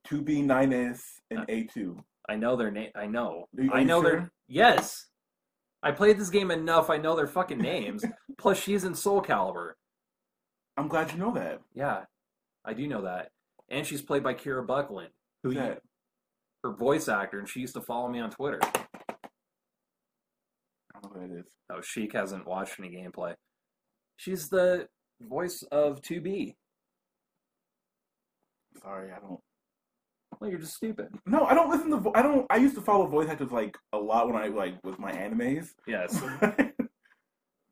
S2: 2B, 9S, and
S4: Uh,
S2: A2.
S4: I know their name. I know.
S2: Are you- are
S4: I
S2: you
S4: know
S2: sure?
S4: their. Yes, I played this game enough. I know their fucking
S2: [laughs]
S4: names. Plus, she's in Soul Calibur.
S2: I'm glad you know that.
S4: Yeah, I do know that. And she's played by Kira Buckland, who you,
S2: That-
S4: her voice actor, and she used to follow me on Twitter.
S2: I don't know who that is.
S4: Oh, Sheik hasn't watched any gameplay. She's the voice of 2B.
S2: Sorry, I don't.
S4: Well, you're just stupid.
S2: No, I don't listen to. Vo- I don't. I used to follow voice actors like a lot when I like with
S4: [laughs]
S2: my animes. [laughs]
S4: Yes.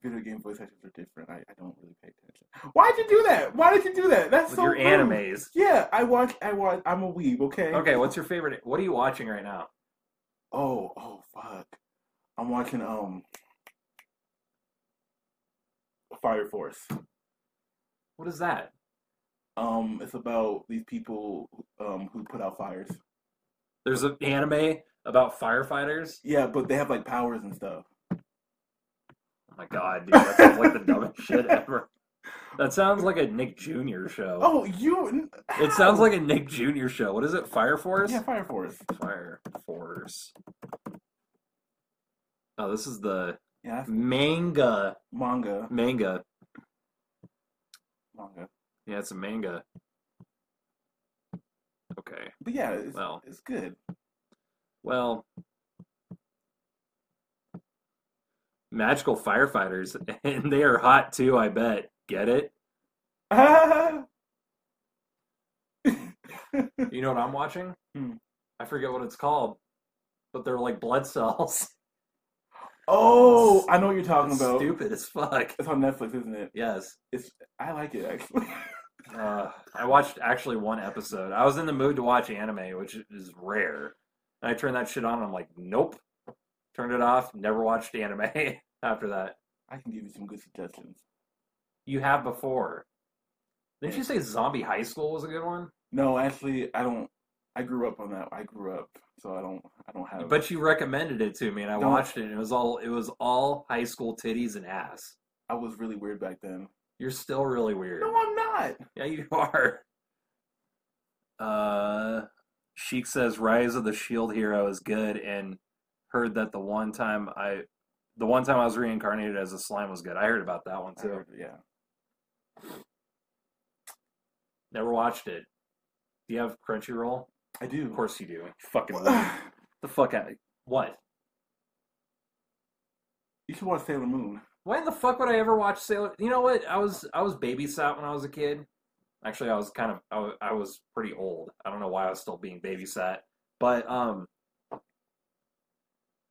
S2: Video game voice actors are different. I, I don't really pay attention. Why'd you do that? Why did you do that? That's
S4: With
S2: so
S4: your
S2: rude.
S4: animes.
S2: Yeah, I watch. I watch. I'm a weeb. Okay.
S4: Okay, what's your favorite? What are you watching right now?
S2: Oh, oh, fuck. I'm watching um Fire Force.
S4: What is that?
S2: Um, it's about these people um who put out fires.
S4: There's an anime about firefighters.
S2: Yeah, but they have like powers and stuff. [laughs]
S4: Oh my god, dude, that sounds like the dumbest shit ever. That sounds like a Nick Jr. show.
S2: Oh, you.
S4: It sounds like a Nick Jr. show. What is it? Fire Force?
S2: Yeah, Fire Force.
S4: Fire Force. Oh, this is the
S2: Yeah, that's
S4: manga.
S2: manga.
S4: Manga.
S2: Manga.
S4: Yeah, it's a manga. Okay.
S2: But yeah, it's,
S4: Well.
S2: it's good. [laughs]
S4: Well, magical firefighters, [laughs] and they are hot too, I bet. Get it? You know what I'm watching?
S2: Hmm.
S4: I forget what it's called, but they're like blood cells. [laughs]
S2: oh, I know what you're talking
S4: It's
S2: about.
S4: Stupid as
S2: [laughs]
S4: fuck.
S2: It's on Netflix, isn't it?
S4: Yes.
S2: It's. I like it actually. [laughs]
S4: Uh, I watched actually one episode. I was in the mood to watch anime, which is rare. And I turned that shit on and I'm like, nope. Turned it off, never watched anime [laughs] after that.
S2: I can give you some good suggestions.
S4: You have before. Didn't you say Zombie High School was a good one?
S2: No, actually, I don't. I grew up on that. I grew up, so I don't. I don't have.
S4: But you recommended it to me and I
S2: No.
S4: watched it and it was all it was all high school titties and ass.
S2: I was really weird back then.
S4: You're still really weird.
S2: No, I'm not.
S4: Yeah, you [laughs] are. Uh, Sheik says Rise of the Shield Hero is good, and heard that the one time I, the one time I was reincarnated as a slime was good. I heard about that one
S2: I
S4: too.
S2: heard- yeah.
S4: Never watched it. Do you have Crunchyroll?
S2: I do.
S4: Of course you do.
S2: Fucking. [sighs]
S4: The fuck out. What?
S2: you should watch Sailor Moon.
S4: Why the fuck would I ever watch Sailor? You know what? I was I was babysat when I was a kid. Actually, I was kind of I, wa- I was pretty old. I don't know why I was still being babysat, but um,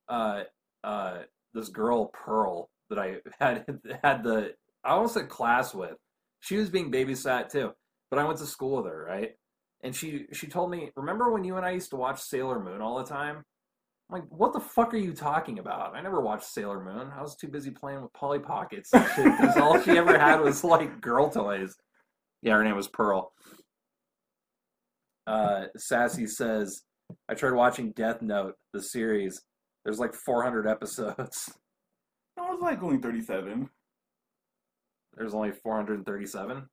S4: uh, uh, this girl Pearl that I [laughs] had had the I almost said class with. She was being babysat too, but I went to school with her, right? And she she told me, remember when you and I used to watch Sailor Moon all the time? I'm like, what the fuck are you talking about? I never watched Sailor Moon. I was too busy playing with Polly Pockets. and shit, 'cause all she ever had was like girl toys. Yeah, her name was Pearl. Uh, Sassy says, I tried watching Death Note, the series. There's like 400 episodes.
S2: I was like only 37.
S4: There's only 437.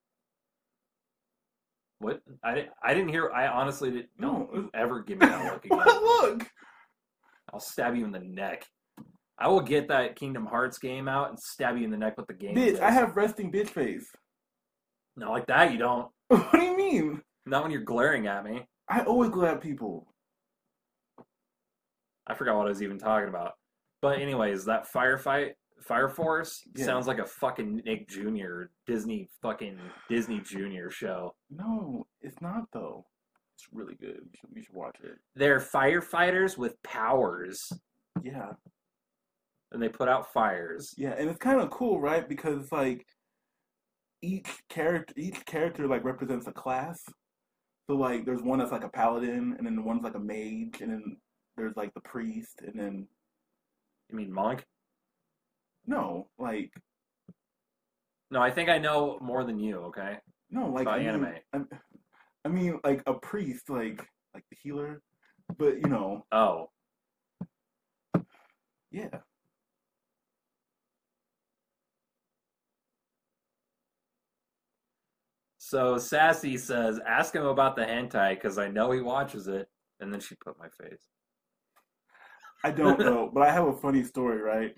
S4: What? I, di- I didn't hear. I honestly didn't.
S2: No,
S4: Don't
S2: it-
S4: ever give me
S2: [laughs]
S4: that look again.
S2: What look?
S4: I'll stab you in the neck. I will get that Kingdom Hearts game out and stab you in the neck with the game.
S2: Bitch,
S4: disc.
S2: I have resting bitch face. [laughs]
S4: not like that. You don't.
S2: What do you mean?
S4: Not when you're glaring at me.
S2: I always glare at people.
S4: I forgot what I was even talking about. But anyways, that firefight, Fire Force,
S2: Yeah.
S4: sounds like a fucking Nick Jr. Disney fucking Disney Jr. show.
S2: No, it's not though. It's really good. You should, you should watch it.
S4: They're firefighters with powers,
S2: Yeah,
S4: and they put out fires.
S2: yeah, and it's kind of cool, right? Because it's like each character, each character like represents a class. So like, there's one that's like a paladin, and then one's like a mage, and then there's like the priest, and then
S4: You mean monk?
S2: no, like
S4: No, I think I know more than you. Okay.
S2: no, like
S4: By
S2: I mean,
S4: anime.
S2: I'm- I mean, like a priest, like like the healer, but you know,
S4: Oh,
S2: yeah.
S4: So Sassy says, ask him about the hentai because I know he watches it. And then she put my face.
S2: I don't know, but I have a funny story, right?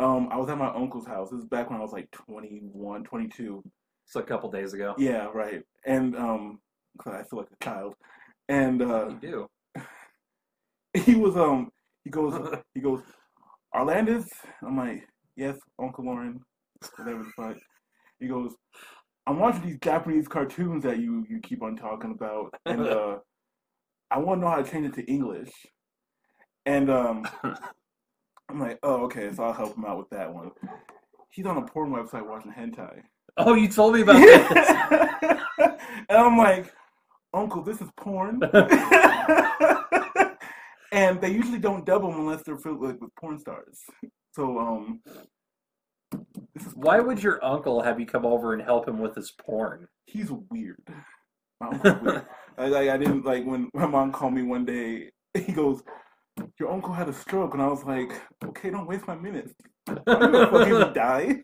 S2: Um, I was at my uncle's house. This is back when I was like 21, 22.
S4: So a couple days ago.
S2: Yeah, right. And um, 'cause I feel like a child. And uh, [laughs]
S4: You do.
S2: he was um, he goes, [laughs] he goes, Arlandis. I'm like, yes, Uncle Lauren, whatever the fuck. He goes, I'm watching these Japanese cartoons that you you keep on talking about, and uh, I want to know how to change it to English. And um, I'm like, oh, okay, so I'll help him out with that one. He's on a porn website watching hentai.
S4: Oh, you told me about this.
S2: [laughs] and I'm like, Uncle, this is porn. [laughs] and they usually don't dub them unless they're filled like, with porn stars. So, um, this is
S4: Why
S2: porn.
S4: would your uncle have you come over and help him with his
S2: [laughs]
S4: porn? [laughs]
S2: he's weird. My uncle's weird. I, like, I didn't like when my mom called me one day. He goes, "Your uncle had a stroke," and I was like,
S4: [laughs]
S2: [laughs] "Okay, don't waste my minutes. I'm gonna fucking die."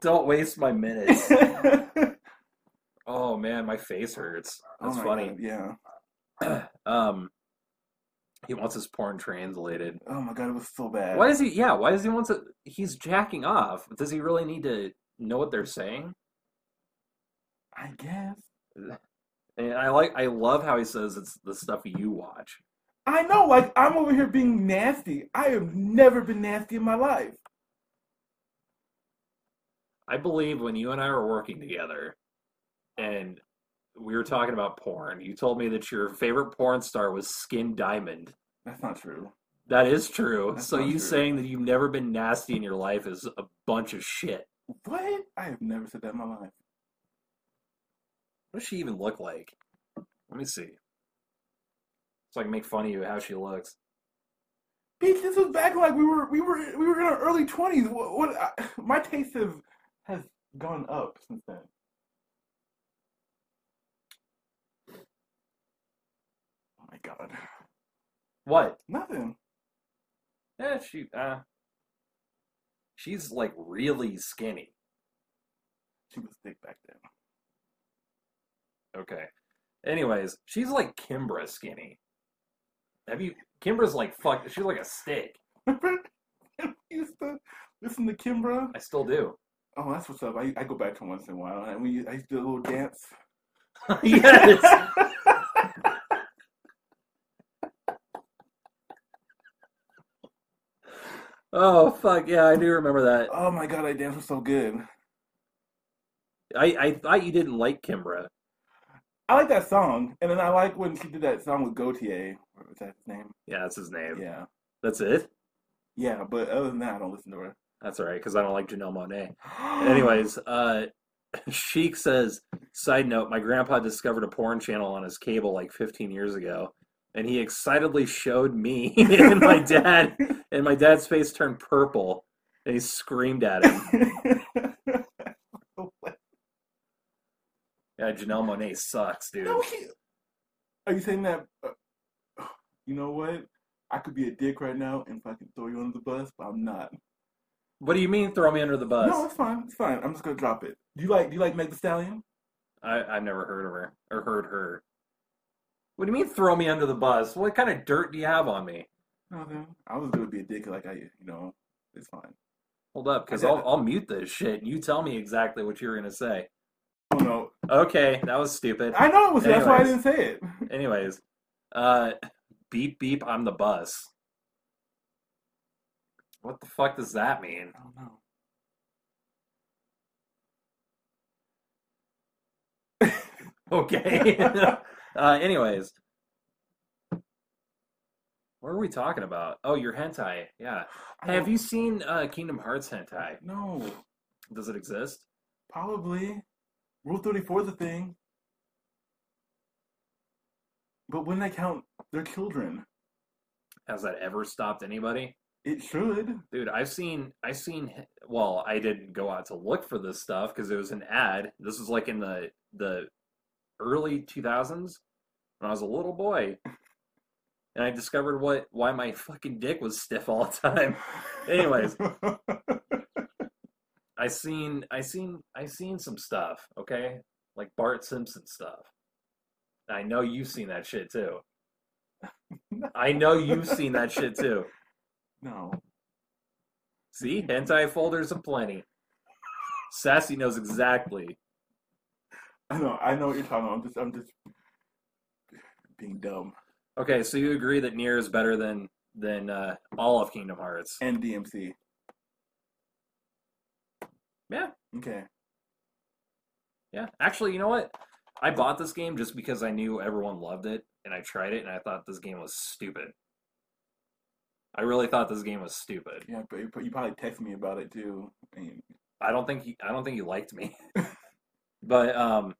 S4: Don't waste my minutes.
S2: oh
S4: oh man, my face hurts. That's
S2: my
S4: funny.
S2: God, yeah.
S4: um, he wants his porn translated.
S2: Oh my god, it was so bad.
S4: Why does he? Yeah, why does he want to? He's jacking off. Does he really need to know what they're saying?
S2: I guess.
S4: And I like, I love how he says it's the stuff you watch.
S2: I know, like I'm over here being nasty. I have never been nasty in my life.
S4: I believe when you and I were working together, and we were talking about porn, you told me that your favorite porn star was Skin Diamond.
S2: That's not true.
S4: That is true.
S2: That's
S4: so
S2: not
S4: you
S2: true.
S4: saying that you've never been nasty in your life is a bunch of shit.
S2: What? I have never said that in my life.
S4: What does she even look like? Let me see. So I can make fun of you how she looks.
S2: Bitch, this was back like we were we were we were in our early twenties. What? what I, my taste has has gone up since then. Oh my god,
S4: What?
S2: nothing.
S4: Eh, she uh she's like really skinny.
S2: She was thick back then.
S4: Okay. Anyways, she's like Kimbra skinny. Have you Kimbra's like fuck she's like a stick.
S2: [laughs] Remember? we used to listen to Kimbra.
S4: I still do. [laughs]
S2: Oh, that's what's up. I, I go back to once in a while, and we I used to do a little dance.
S4: Yes. Oh fuck, yeah, I do remember that.
S2: [laughs] oh my god, I danced was so good.
S4: I I thought you didn't like Kimbra.
S2: I like that song, and then I like when she did that song with Gautier. What was that his name?
S4: Yeah, that's his name.
S2: Yeah,
S4: That's it?
S2: yeah. But other than that, I don't listen to her. [gasps]
S4: That's all right, because I don't like Janelle Monae. Anyways, uh, [laughs] Sheik says, side note, my grandpa discovered a porn channel on his cable like 15 years ago, and he excitedly showed me [laughs] and
S2: [laughs]
S4: my dad, and my dad's face turned purple, and he screamed at him. Yeah, Janelle Monae sucks, dude.
S2: [laughs] no, she. Are you saying that? Uh, [sighs] you know what? I could be a dick right now and fucking throw you under the bus, but I'm not.
S4: What do you mean throw me under the bus?
S2: No, it's fine. It's fine. I'm just gonna drop it. Do you like? Do you like Meg Thee Stallion?
S4: I, I've never heard of her or heard her. What do you mean throw me under the bus? What kind of dirt do you have on me?
S2: No, dude. I was gonna be a dick, like I, you know, it's fine.
S4: Hold up, because I'll, I'll mute this shit and you tell me exactly what you're going to say.
S2: Oh no,
S4: Okay, that was stupid.
S2: I know it was. That's why I didn't
S4: Anyways.
S2: say it.
S4: Anyways, uh, beep beep on the bus. What the fuck does that mean? [laughs]
S2: I don't know.
S4: Okay. uh, anyways, what are we talking about? Oh, your hentai. Yeah.
S2: I
S4: Hey, have
S2: don't-
S4: you seen uh, Kingdom Hearts hentai?
S2: No,
S4: Does it exist?
S2: probably. Rule thirty four is a thing. But wouldn't I count their children?
S4: Has that ever stopped anybody?
S2: It should.
S4: Dude, I've seen, I've seen, well, I didn't go out to look for this stuff because it was an ad. This was like in the the early 2000s when I was a little boy, and I discovered what why my fucking dick was stiff all the time. [laughs] Anyways. I seen, I seen, I seen some stuff, okay? Like Bart Simpson stuff. I know you've seen that shit too. I know you've seen that shit too.
S2: [laughs] no.
S4: See, hentai folders aplenty. Sassy knows exactly.
S2: I know. I know what you're talking about. I'm just. I'm just being dumb.
S4: Okay, so you agree that Nier is better than than uh, all of Kingdom Hearts?
S2: And DMC.
S4: Yeah,
S2: Okay.
S4: yeah. Actually, you know what? I bought this game just because I knew everyone loved it, and I tried it, and I thought this game was stupid. I really thought this game was stupid.
S2: Yeah, but you you probably texted me about it too. And
S4: I don't think he, I don't think you liked me, [laughs] but um,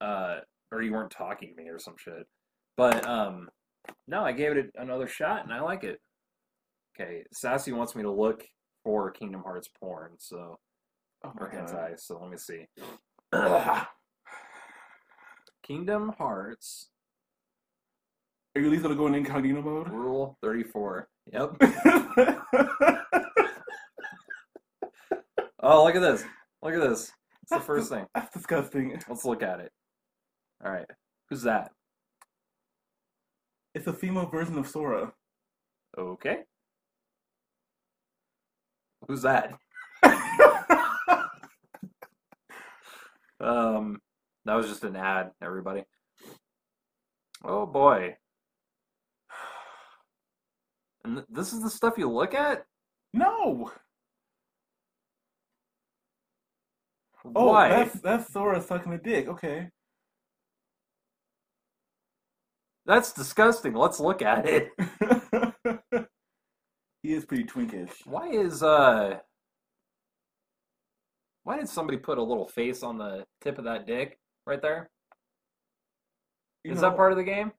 S4: uh, or you weren't talking to me or some shit. But um, no, I gave it another shot and I like it. Okay, Sassy wants me to look for Kingdom Hearts porn, so
S2: oh my
S4: or
S2: God.
S4: hentai. So let me see.
S2: Are
S4: [clears throat] Kingdom Hearts
S2: you at least gonna go in incognito mode?
S4: Rule Thirty Four.
S2: [laughs]
S4: Yep.
S2: oh
S4: Oh, look at this. Look at this. It's the first thing.
S2: That's disgusting.
S4: Let's look at it. All right. Who's that?
S2: It's a female version of Sora. [laughs]
S4: Okay. Who's that? Um, that was just an ad, everybody. Oh boy. [sighs] And th- this is the stuff you look at?
S2: no. Oh,
S4: Why?
S2: that's that's Sora sucking a dick. Okay. [laughs]
S4: That's disgusting. Let's look at it.
S2: he is pretty twinkish.
S4: Why is uh why did somebody put a little face on the tip of that dick right there?
S2: You
S4: Is
S2: know-
S4: that part of the game?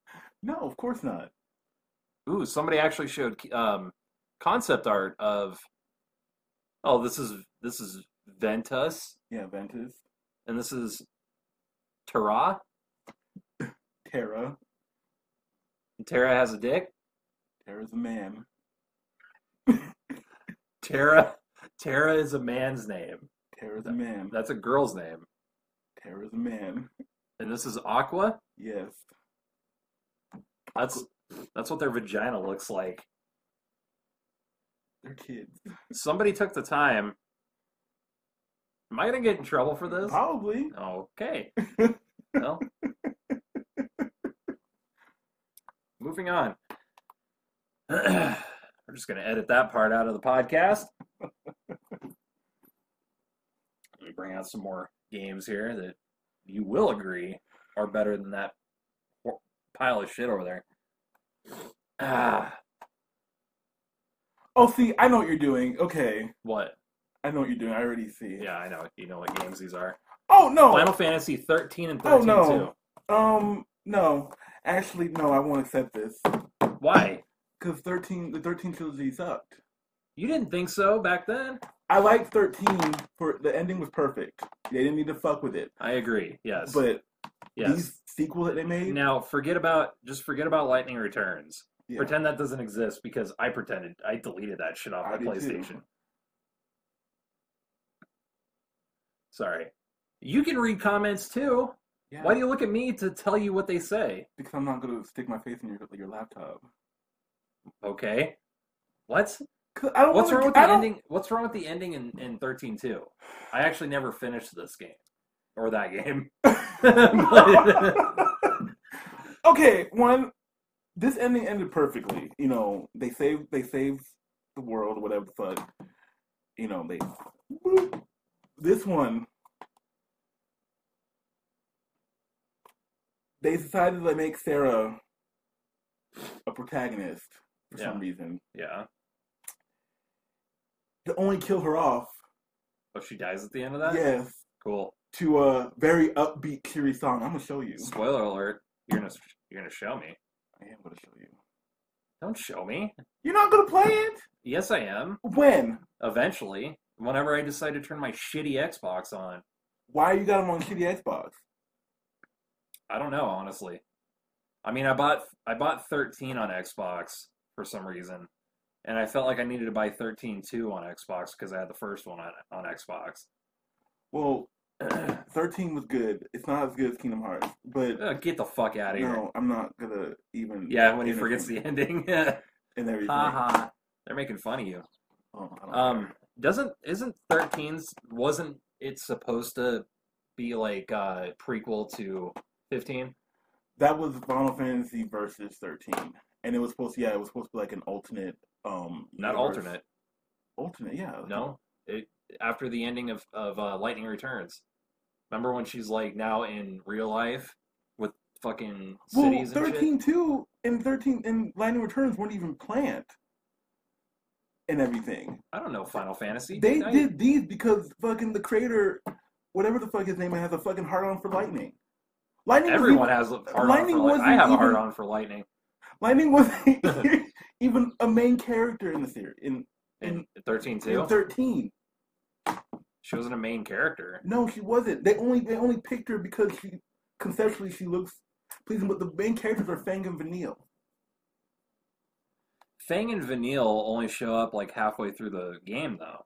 S2: [laughs] no, of course not.
S4: Ooh, somebody actually showed um concept art of Oh, this is this is Ventus.
S2: Yeah, Ventus,
S4: and this is Tara.
S2: Terra,
S4: And Tara has a dick.
S2: Terra's a man.
S4: Tara, Tara is a man's name.
S2: Terra's a man.
S4: That's a girl's name.
S2: Terra's a man.
S4: And this is Aqua.
S2: Yes.
S4: That's that's what their vagina looks like.
S2: They're kids.
S4: Somebody took the time. Am I gonna get in trouble for this?
S2: Probably.
S4: Okay. Well. Moving on. [clears throat] We're just gonna edit that part out of the podcast. Let me bring out some more games here that you will agree are better than that wh- pile of shit over there. Ah,
S2: Oh, see, I know what you're doing. Okay.
S4: what?
S2: I know what you're doing. I already see.
S4: Yeah, I know. You know what games these are.
S2: Oh, no.
S4: Final Fantasy 13 and 13
S2: Oh, no. Um, no. Actually, no, I won't accept this.
S4: too. Why?
S2: Because 13, the 13 trilogy sucked.
S4: You didn't think so back then?
S2: I liked 13 for the ending was perfect. They didn't need to fuck with it.
S4: I agree. Yes.
S2: But
S4: yes.
S2: these sequels that they made,
S4: Now forget about just forget about Lightning Returns.
S2: yeah.
S4: Pretend that doesn't exist because I pretended I deleted that shit off
S2: I
S4: my
S2: did too.
S4: PlayStation. Sorry. You can read comments too.
S2: Yeah.
S4: Why do you look at me to tell you what they say?
S2: Because I'm not going to stick my face in your, your laptop.
S4: Okay. What?
S2: 'Cause I don't
S4: What's
S2: wanna-
S4: wrong with
S2: I
S4: the
S2: don't-
S4: ending? What's wrong with the ending in in thirteen two? I actually never finished this game or that
S2: [laughs]
S4: game. [laughs] But-
S2: [laughs] okay, one. This ending ended perfectly. You know, they saved they saved the world, whatever the fuck. You know, they. boop. This one. They decided to make Sarah a protagonist for some
S4: Yeah.
S2: reason.
S4: yeah.
S2: To only kill her off,
S4: Oh, she dies at the end of that.
S2: yes,
S4: Cool.
S2: to a very upbeat, cheery song. I'm gonna show you.
S4: Spoiler alert. You're gonna you're gonna show me.
S2: I am gonna show you.
S4: Don't show me.
S2: You're not gonna play it?
S4: Yes, I am.
S2: When?
S4: Eventually, whenever I decide to turn my shitty Xbox on,
S2: Why you got them on shitty Xbox?
S4: I don't know honestly. I mean, I bought I bought 13 on Xbox for some reason, and I felt like I needed to buy 13.2 on Xbox because I had the first one on on Xbox.
S2: Well, [clears throat] 13 was good. It's not as good as Kingdom Hearts, but
S4: Uh, get the fuck out of here.
S2: no, I'm not gonna even.
S4: Yeah, when he
S2: entertain
S4: forgets the ending. [laughs] ha
S2: and everything.
S4: ha. They're making fun of you.
S2: Oh, I don't
S4: Um,
S2: care.
S4: doesn't isn't 13's wasn't it supposed to be like uh prequel to 15?
S2: that was Final Fantasy versus 13, and it was supposed. To, yeah, it was supposed to be like an alternate. Um,
S4: Not
S2: universe.
S4: alternate.
S2: Alternate, yeah.
S4: No. It after the ending of of uh, Lightning Returns. Remember when she's like now in real life with fucking
S2: Well,
S4: cities and shit?
S2: 13 too, and 13 and Lightning Returns weren't even planned. And everything.
S4: I don't know Final Fantasy.
S2: They
S4: I-
S2: did these because fucking the creator, whatever the fuck his name, is, has a fucking hard on for lightning. Lightning. was
S4: Everyone
S2: even-
S4: has a hard
S2: Lightning
S4: on for lightning. I
S2: wasn't
S4: have a hard
S2: even-
S4: on for lightning. [laughs]
S2: lightning wasn't even a main character in the series in,
S4: In
S2: in,
S4: 13
S2: in
S4: too.
S2: thirteen.
S4: She wasn't a main character.
S2: No, she wasn't. They only they only picked her because she conceptually she looks pleasing, but the main characters are Fang and Vanille.
S4: Fang and Vanille only show up like halfway through the game, though.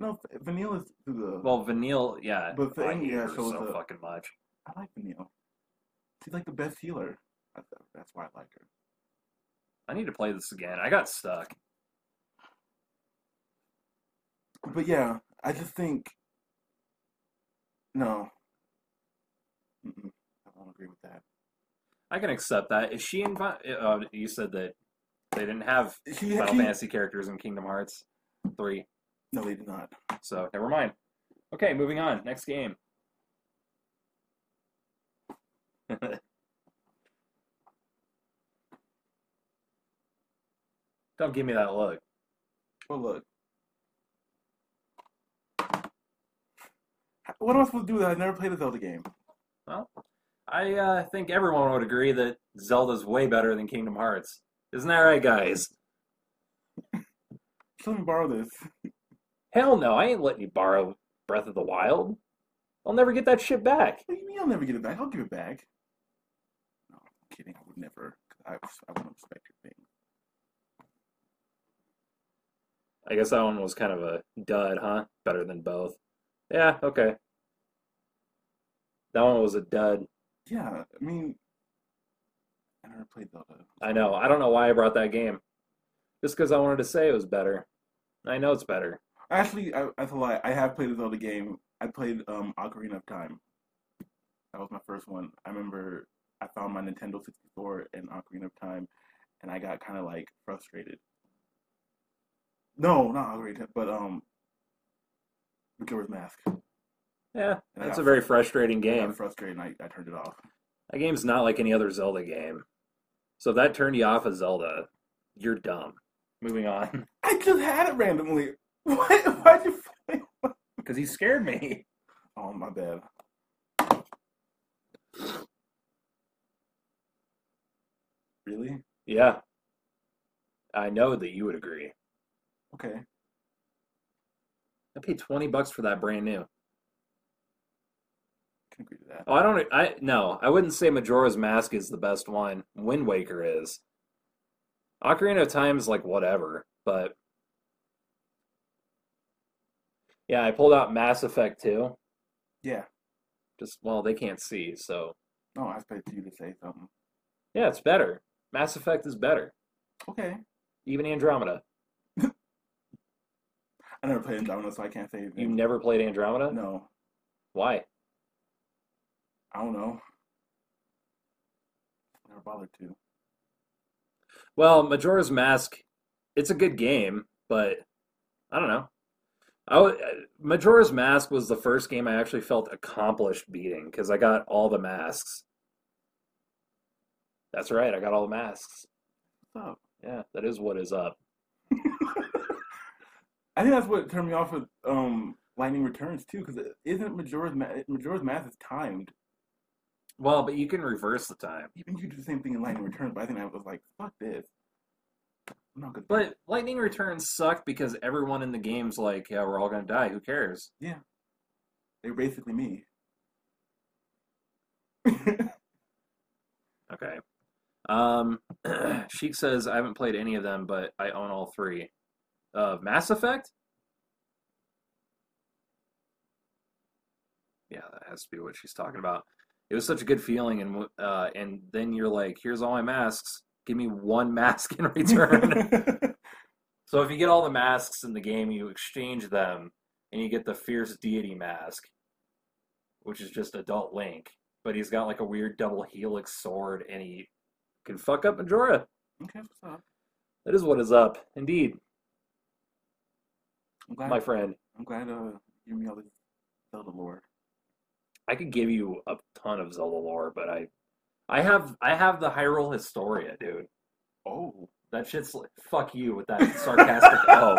S2: No, F- Vanille is through the.
S4: Well, Vanille, yeah.
S2: But
S4: I
S2: Thing,
S4: hate
S2: yeah,
S4: her
S2: shows
S4: so
S2: up.
S4: fucking much.
S2: I like Vanille. She's like the best healer. I th- That's why I like her.
S4: I need to play this again. I got stuck.
S2: But yeah, I just think. No. Mm-mm, I don't agree with that.
S4: I can accept that. Is she invi- uh, You said that they didn't have
S2: She,
S4: Final
S2: she-
S4: Fantasy characters in Kingdom Hearts 3,
S2: No, they did not.
S4: so never mind. Okay, moving on. Next game. [laughs] Don't give me that look.
S2: Well, look. What am I supposed to do with that? I've never played a Zelda game.
S4: I uh, think everyone would agree that Zelda's way better than Kingdom Hearts. Isn't that right, guys?
S2: So let me borrow this.
S4: Hell no, I ain't letting you borrow Breath of the Wild. I'll never get that shit back.
S2: What do you mean I'll never get it back? I'll give it back. No, I'm kidding. I would never. 'cause I, I wouldn't respect your thing.
S4: I guess that one was kind of a dud, huh? Better than both. Yeah, okay. That one was a dud.
S2: Yeah, I mean, I never played Zelda.
S4: I know. I don't know why I brought that game. Just because I wanted to say it was better. I know it's better.
S2: Actually, I, that's a lie. I have played a Zelda game. I played um, Ocarina of Time. That was my first one. I remember I found my Nintendo 64 and Ocarina of Time, and I got kind of like frustrated. No, not Ocarina, of Time, but um, Majora's Mask. And
S4: Yeah,
S2: I
S4: that's
S2: got
S4: a very frustrating
S2: fr- I got
S4: game.
S2: frustrated, and I, I turned it off.
S4: That game's not like any other Zelda game. So if that turned you off of Zelda, you're dumb. Moving on. [laughs]
S2: I just had it randomly. [laughs] What? Why'd you? Play? [laughs]
S4: Because he scared me.
S2: Oh my bad. Really?
S4: Yeah. I know that you would agree.
S2: Okay.
S4: I paid 20 bucks for that brand new.
S2: Can agree to that.
S4: Oh, I don't. I no, I wouldn't say Majora's Mask is the best one. Wind Waker is. Ocarina of Time is like whatever, but yeah, I pulled out Mass Effect 2.
S2: Yeah.
S4: Just well, they can't see, so
S2: No, I expected you to say something.
S4: yeah, it's better. Mass Effect is better,
S2: Okay.
S4: even Andromeda.
S2: I never played Andromeda, so I can't say
S4: You
S2: anything.
S4: never played Andromeda?
S2: No,
S4: Why?
S2: I don't know. Never bothered to. [laughs]
S4: Well, Majora's Mask, it's a good game, but I don't know. I would, Majora's Mask was the first game I actually felt accomplished beating because I got all the masks. That's right, I got all the masks.
S2: What's
S4: Oh.
S2: up?
S4: Yeah, that is what is up.
S2: I think that's what turned me off with um Lightning Returns too, because isn't Majora's Ma- Majora's Mask is timed.
S4: Well, but you can reverse the time.
S2: You think you do the same thing in Lightning Returns, but I think I was like, fuck this. I'm not good.
S4: But Lightning Returns sucked because everyone in the game's like, yeah, we're all gonna die. Who cares?
S2: They're basically me. [laughs]
S4: Okay. Um, [clears throat] Sheik says, I haven't played any of them, but I own all three. Uh, Mass Effect? Yeah, that has to be what she's talking about. It was such a good feeling, and uh, and then you're like, here's all my masks. Give me one [laughs] mask in return. So if you get all the masks in the game, you exchange them, and you get the Fierce Deity mask, which is just Adult Link, but he's got like a weird double helix sword, and he can fuck up Majora.
S2: okay, what's up?
S4: That is what is up, indeed,
S2: I'm glad.
S4: my friend.
S2: I'm glad. Uh, you me all this Zelda lore.
S4: I could give you a ton of Zelda lore, but I, I have I have the Hyrule Historia, dude. [laughs]
S2: Oh.
S4: That shit's like, fuck you with
S2: [laughs]
S4: that sarcastic oh.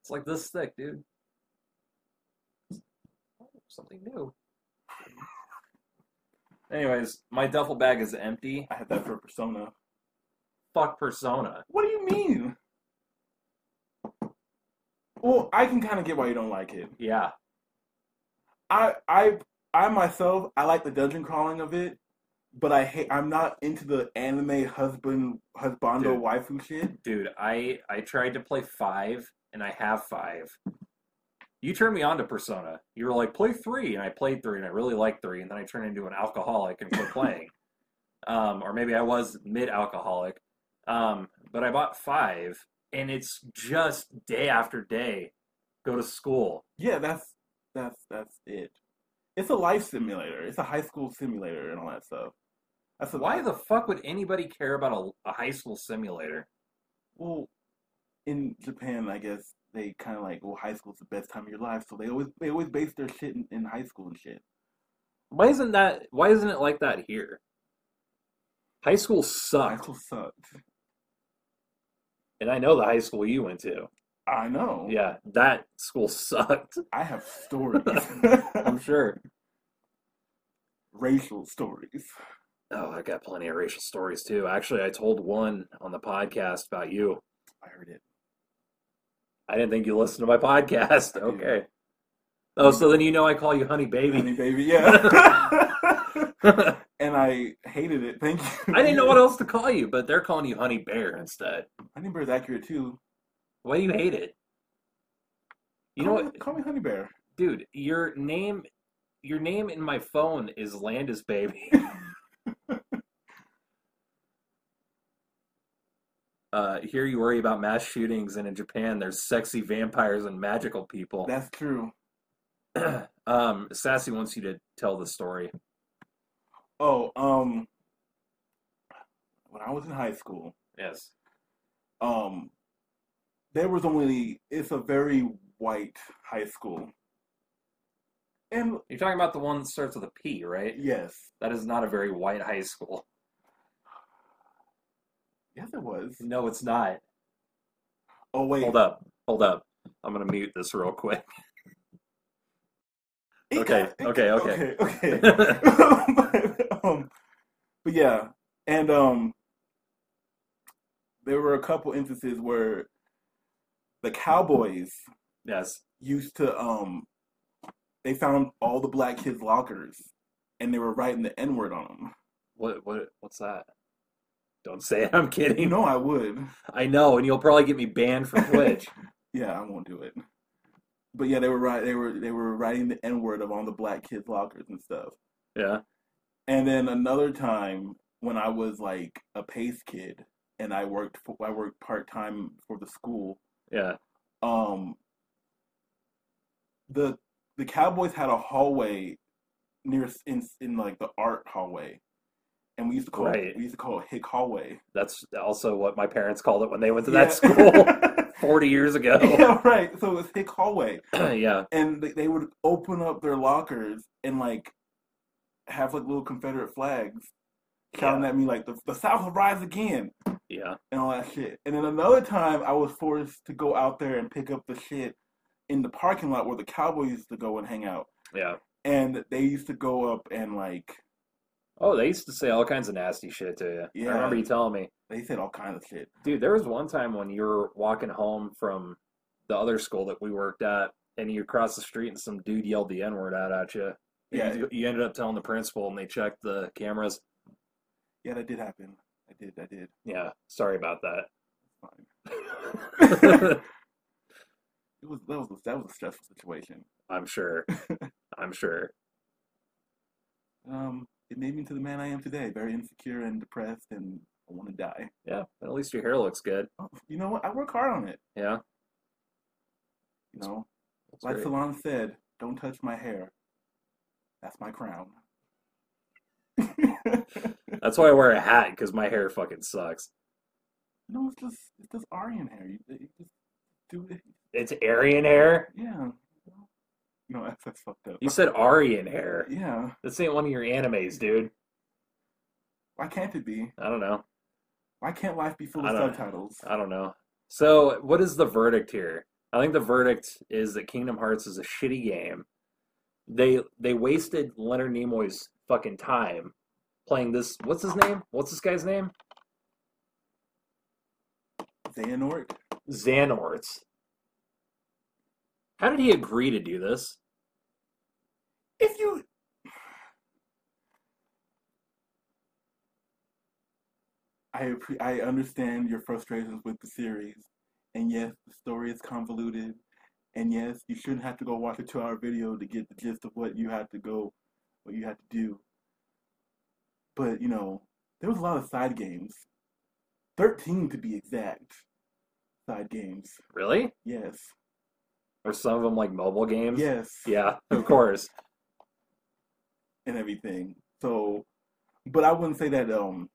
S4: It's like this thick, dude. Something new. Anyways, my duffel bag is empty.
S2: I had that for Persona.
S4: Fuck Persona.
S2: What do you mean? Well, I can kind of get why you don't like it.
S4: Yeah.
S2: I, I, I myself, I like the dungeon crawling of it, but I hate. I'm not into the anime husband husbando
S4: Dude.
S2: waifu shit.
S4: Dude, I I tried to play five and I have five. You turned me on to Persona. You were like, play three, and I played three, and I really liked three, and then I turned into an alcoholic and quit playing. Um, or maybe I was mid-alcoholic. Um, but I bought five, and it's just day after day, go to school.
S2: Yeah, that's that's that's it. It's a life simulator. It's a high school simulator and all that stuff. That's what
S4: Why the fuck would anybody care about a, a high school simulator?
S2: Well, in Japan, I guess they kind of like, well, high school's the best time of your life, so they always they always base their shit in, in high school and shit.
S4: Why isn't that? Why isn't it like that here? High school
S2: High
S4: sucked,
S2: school sucked.
S4: and I know the high school you went to.
S2: I know.
S4: Yeah, that school [laughs] sucked.
S2: I have stories,
S4: [laughs] I'm sure.
S2: racial stories.
S4: Oh, I got plenty of racial stories too. Actually, I told one on the podcast about you.
S2: I heard it.
S4: I didn't think you listened to my [laughs] podcast.
S2: I do.
S4: Okay. Oh, so then you know I call you honey [laughs]
S2: Honey,
S4: baby.
S2: baby, yeah.
S4: I
S2: and I hated it. Thank you.
S4: didn't know what else to call you, but they're calling you honey bear instead.
S2: Honey Bear's accurate too.
S4: Why do you hate it? You know
S2: Call me-
S4: what,
S2: Call me Honey Bear.
S4: dude, your name your name in my phone is Landis [laughs] baby. Uh, here you worry about mass shootings, and in Japan, there's sexy vampires and magical people.
S2: That's true.
S4: [clears throat] um, Sassy wants you to tell the story.
S2: Oh, um, when I was in high school,
S4: Yes.
S2: um, there was only, it's a very white high school. And
S4: You're talking about the one that starts with a P, right?
S2: yes,
S4: That is not a very white high school. [laughs]
S2: yes, it was.
S4: No, it's not.
S2: Oh, wait.
S4: Hold up. Hold up. I'm gonna mute this real quick.
S2: It
S4: Okay,
S2: got- it
S4: okay,
S2: got-
S4: okay.
S2: okay, okay.
S4: [laughs]
S2: but, [laughs] um, but yeah, and um, there were a couple instances where the Cowboys
S4: yes.
S2: used to um, they found all the black kids' lockers, and they were writing the N word on them.
S4: What what what's that? Don't say it. I'm
S2: You
S4: kidding.
S2: know I would.
S4: I know, and you'll probably get me banned from
S2: [laughs]
S4: Twitch.
S2: Yeah, I won't do it. But yeah, they were right. They were they were writing the N word of all the black kids' lockers and stuff.
S4: yeah.
S2: And then another time when I was like a pace kid and I worked for, I worked part-time for the school,
S4: Yeah.
S2: um the the Cowboys had a hallway near s- in in like the art hallway. And we used to call
S4: Right.
S2: it we used to call it Hick Hallway.
S4: That's also what my parents called it when they went to
S2: Yeah.
S4: that
S2: [laughs]
S4: school 40 years ago.
S2: Yeah, right. So it was Hick Hallway.
S4: [clears throat] yeah.
S2: and they, they would open up their lockers and like have like little Confederate flags shouting at me like the, the South will rise again
S4: Yeah.
S2: and all that shit. And then another time I was forced to go out there and pick up the shit in the parking lot where the Cowboys used to go and hang out.
S4: Yeah.
S2: And they used to go up and like
S4: Oh, they used to say all kinds of nasty shit to you. I
S2: Yeah.
S4: remember you telling me.
S2: they said all kinds of shit.
S4: Dude, there was one time when you were walking home from the other school that we worked at, and you crossed the street and some dude yelled the N word out at you.
S2: Yeah,
S4: You, you ended up telling the principal, and they checked the cameras.
S2: yeah, that did happen. I did, I did.
S4: Yeah. Sorry about
S2: [laughs] Fine.
S4: that.
S2: It was that was that was a stressful situation.
S4: [laughs] I'm sure. I'm sure.
S2: Um, it made me into the man I am today, very insecure and depressed, and I want to die.
S4: Yeah, but at least your hair looks good.
S2: You know what? I work hard on it.
S4: Yeah,
S2: You know,
S4: that's
S2: like
S4: great.
S2: Salon said, don't touch my hair. That's my crown. [laughs]
S4: That's why I wear a hat because my hair fucking sucks.
S2: no, it's just it's just Aryan hair. You, you just do it.
S4: It's Aryan hair.
S2: Yeah. No, [laughs] that's, that's fucked up.
S4: You said Aryan hair.
S2: Yeah.
S4: This ain't one of your animes, dude.
S2: Why can't it be?
S4: I don't know.
S2: Why can't life be full
S4: I
S2: of
S4: don't-
S2: subtitles?
S4: I don't know. So, what is the verdict here? I think the verdict is that Kingdom Hearts is a shitty game. They they wasted Leonard Nimoy's fucking time playing this. What's his name? What's this guy's name?
S2: Xehanort?
S4: Xanorts. How did he agree to do this?
S2: If you I appre- I understand your frustrations with the series, and yes, the story is convoluted, and yes, you shouldn't have to go watch a two-hour video to get the gist of what you had to go, what you had to do. But you know, there was a lot of side games, thirteen to be exact. Side games,
S4: Really?
S2: yes,
S4: Or some of them like mobile games?
S2: yes,
S4: Yeah, of course.
S2: and everything. So, but I wouldn't say that. Um,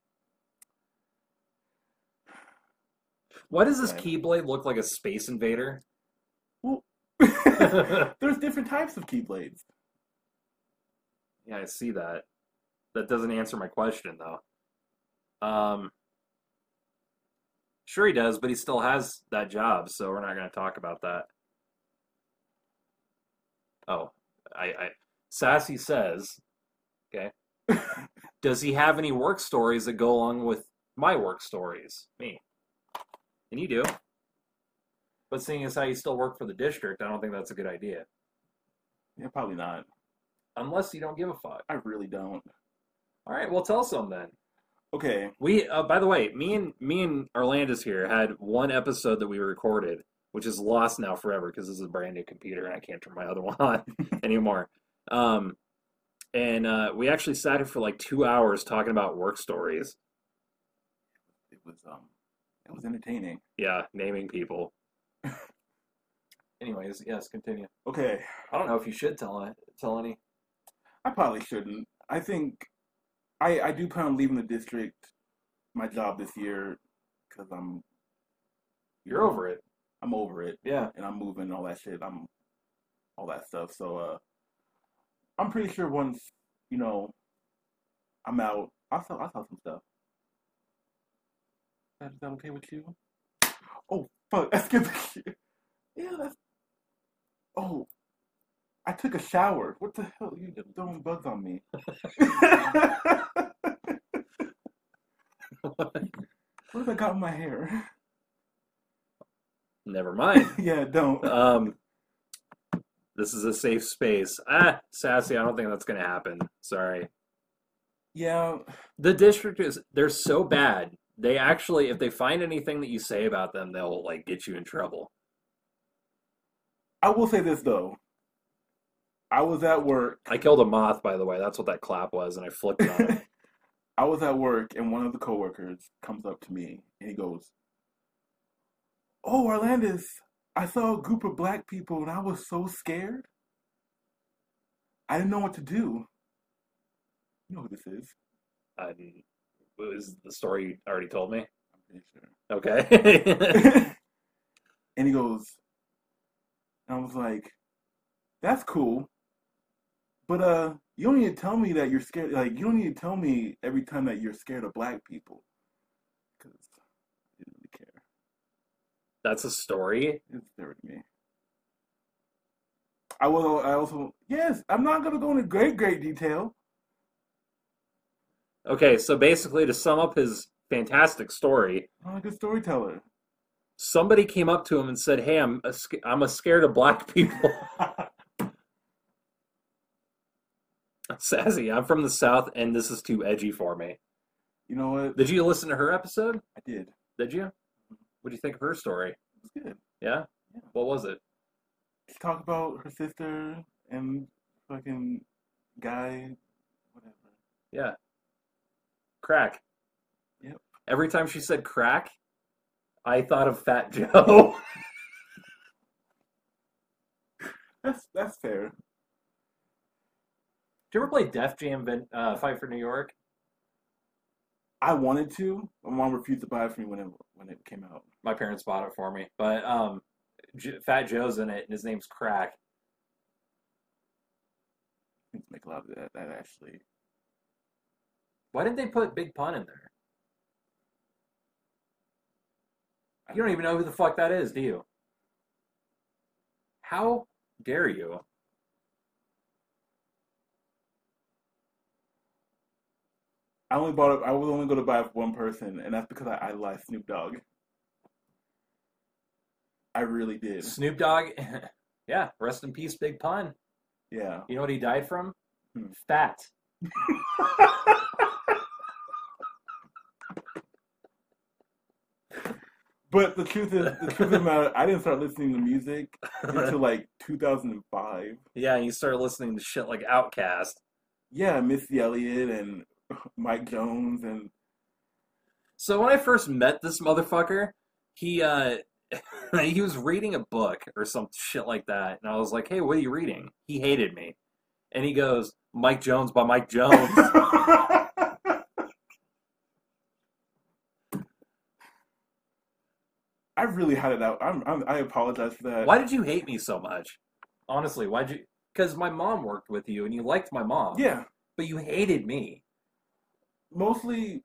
S4: Why does this
S2: Right.
S4: Keyblade look like a space invader?
S2: well,
S4: yeah,
S2: there's different types of keyblades.
S4: I see that. That doesn't answer my question though. Um Sure he does, but he still has that job, so we're not gonna talk about that. Oh, I, I Sassy says, okay. [laughs] Does he have any work stories that go along with my work stories? Me. And you do. But seeing as how you still work for the district, I don't think that's a good idea.
S2: Yeah, probably not.
S4: Unless you don't give a fuck.
S2: I really don't.
S4: All right, well, tell us some then.
S2: Okay.
S4: We, uh, by the way, me and me and Orlandis here had one episode that we recorded, which is lost now forever because this is a brand new computer and I can't turn my other [laughs] one on anymore. Um, and uh, we actually sat here for like two hours talking about work stories.
S2: it was um it was entertaining.
S4: Yeah, naming people. Anyways, yes, continue.
S2: Okay,
S4: I don't know if you should tell it, tell any.
S2: I probably shouldn't. I think I I do plan on leaving the district, my job this year, because I'm
S4: You're over it.
S2: I'm over it
S4: Yeah.
S2: and I'm moving and all that shit. I'm all that stuff. So uh, I'm pretty sure once you know I'm out, I'll sell I'll sell some stuff. That, is that okay with you? Oh fuck, [laughs] I skipped the shit. Yeah, that's. Oh, I took a shower. What the hell? You throwing bugs on [laughs] me? what have I got in my hair? [laughs]
S4: Never mind. [laughs]
S2: yeah, don't.
S4: Um, this is a safe space. Ah, sassy. I don't think that's gonna happen. Sorry.
S2: yeah,
S4: The district is they're so bad. They actually, if they find anything that you say about them, they'll like get you in trouble.
S2: I will say this though. I was at work.
S4: I killed a moth, by the way. That's what that clap was, and I flicked it
S2: [laughs]
S4: on him.
S2: I was at work, and one of the coworkers comes up to me and he goes, "Oh, Orlandis, I saw a group of black people, and I was so scared. I didn't know what to do. You know who this is?
S4: Um, it was the story you already told me.
S2: I'm pretty sure." [laughs]
S4: Okay.
S2: and he goes, and I was like, that's cool. But uh, you don't need to tell me that you're scared. Like, you don't need to tell me every time that you're scared of black people. Because I didn't really care.
S4: That's a story.
S2: It's there with me. I will. I also yes. I'm not gonna go into great great detail.
S4: Okay, so basically, to sum up his fantastic story,
S2: I'm a good storyteller.
S4: somebody came up to him and said, "Hey, I'm a sc- I'm a scared of black people." [laughs] Sassy, I'm from the South, and this is too edgy for me.
S2: You know what?
S4: Did you listen to her episode?
S2: I did. It
S4: Did you? What do you think of her story?
S2: was good.
S4: Yeah?
S2: Yeah.
S4: What was it?
S2: She talked about her sister and fucking guy, whatever.
S4: Yeah. Crack.
S2: Yep.
S4: Every time she said crack, I thought of Fat [laughs] Joe.
S2: That's that's fair.
S4: Did you ever play Def Jam Ven- uh, Fight for New York?
S2: I wanted to. My mom refused to buy it for me when it when it came out.
S4: My parents bought it for me, but um, J- Fat Joe's in it, and his name's Crack.
S2: I didn't make a lot of that, that actually.
S4: Why didn't they put Big Pun in there? You don't even know who the fuck that is, do you? How dare you?
S2: I only bought it. I was only going to buy it for one person, and that's because I idolized Snoop Dogg. I really did.
S4: Snoop Dogg, [laughs] yeah, rest in peace, Big Pun.
S2: Yeah.
S4: You know what he died from?
S2: Hmm. [laughs]
S4: Fat.
S2: But the truth is, the truth of the matter, I didn't start listening to music until like 2005.
S4: [laughs] yeah, you start listening to shit like Outcast.
S2: Yeah, Missy Elliott and Mike Jones and
S4: So when I first met this motherfucker, he uh [laughs] he was reading a book or some shit like that, and I was like, "Hey, what are you reading?" He hated me, and he goes, "Mike Jones by Mike Jones."
S2: [laughs] [laughs] I really had it out. I'm, I'm, I apologize for that.
S4: why did you hate me so much? Honestly, why'd you? Because my mom worked with you, and you liked my mom,
S2: Yeah,
S4: but you hated me.
S2: mostly.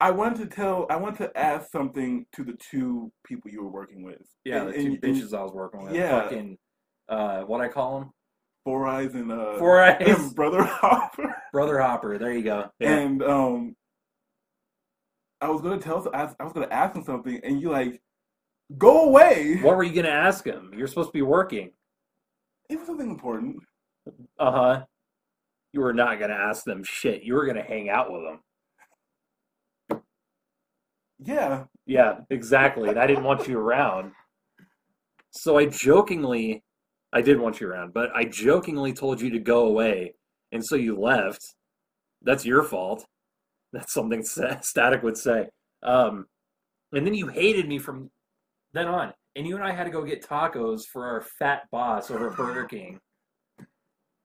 S2: I wanted to tell. I want to ask something to the two people you were working with.
S4: Yeah, the
S2: And-
S4: two
S2: and- and
S4: bitches I was working with.
S2: yeah.
S4: Fucking, uh, what I call him?
S2: Four Eyes and uh,
S4: Four
S2: [laughs]
S4: Eyes.
S2: and Brother Hopper.
S4: Brother Hopper. There you go. [laughs] Yeah.
S2: And um, I was gonna tell. I was- I was gonna ask him something, and you like, go away.
S4: What were you going to ask him? You're supposed to be working.
S2: It was something important.
S4: Uh huh. You were not going to ask them shit. You were going to hang out with them.
S2: Yeah.
S4: Yeah, exactly. And I didn't want you around. So I jokingly, I did want you around, but I jokingly told you to go away. And so you left. That's your fault. That's something [laughs] Sta- Static would say. Um, and then you hated me from then on. And you and I had to go get tacos for our fat boss over at Burger King.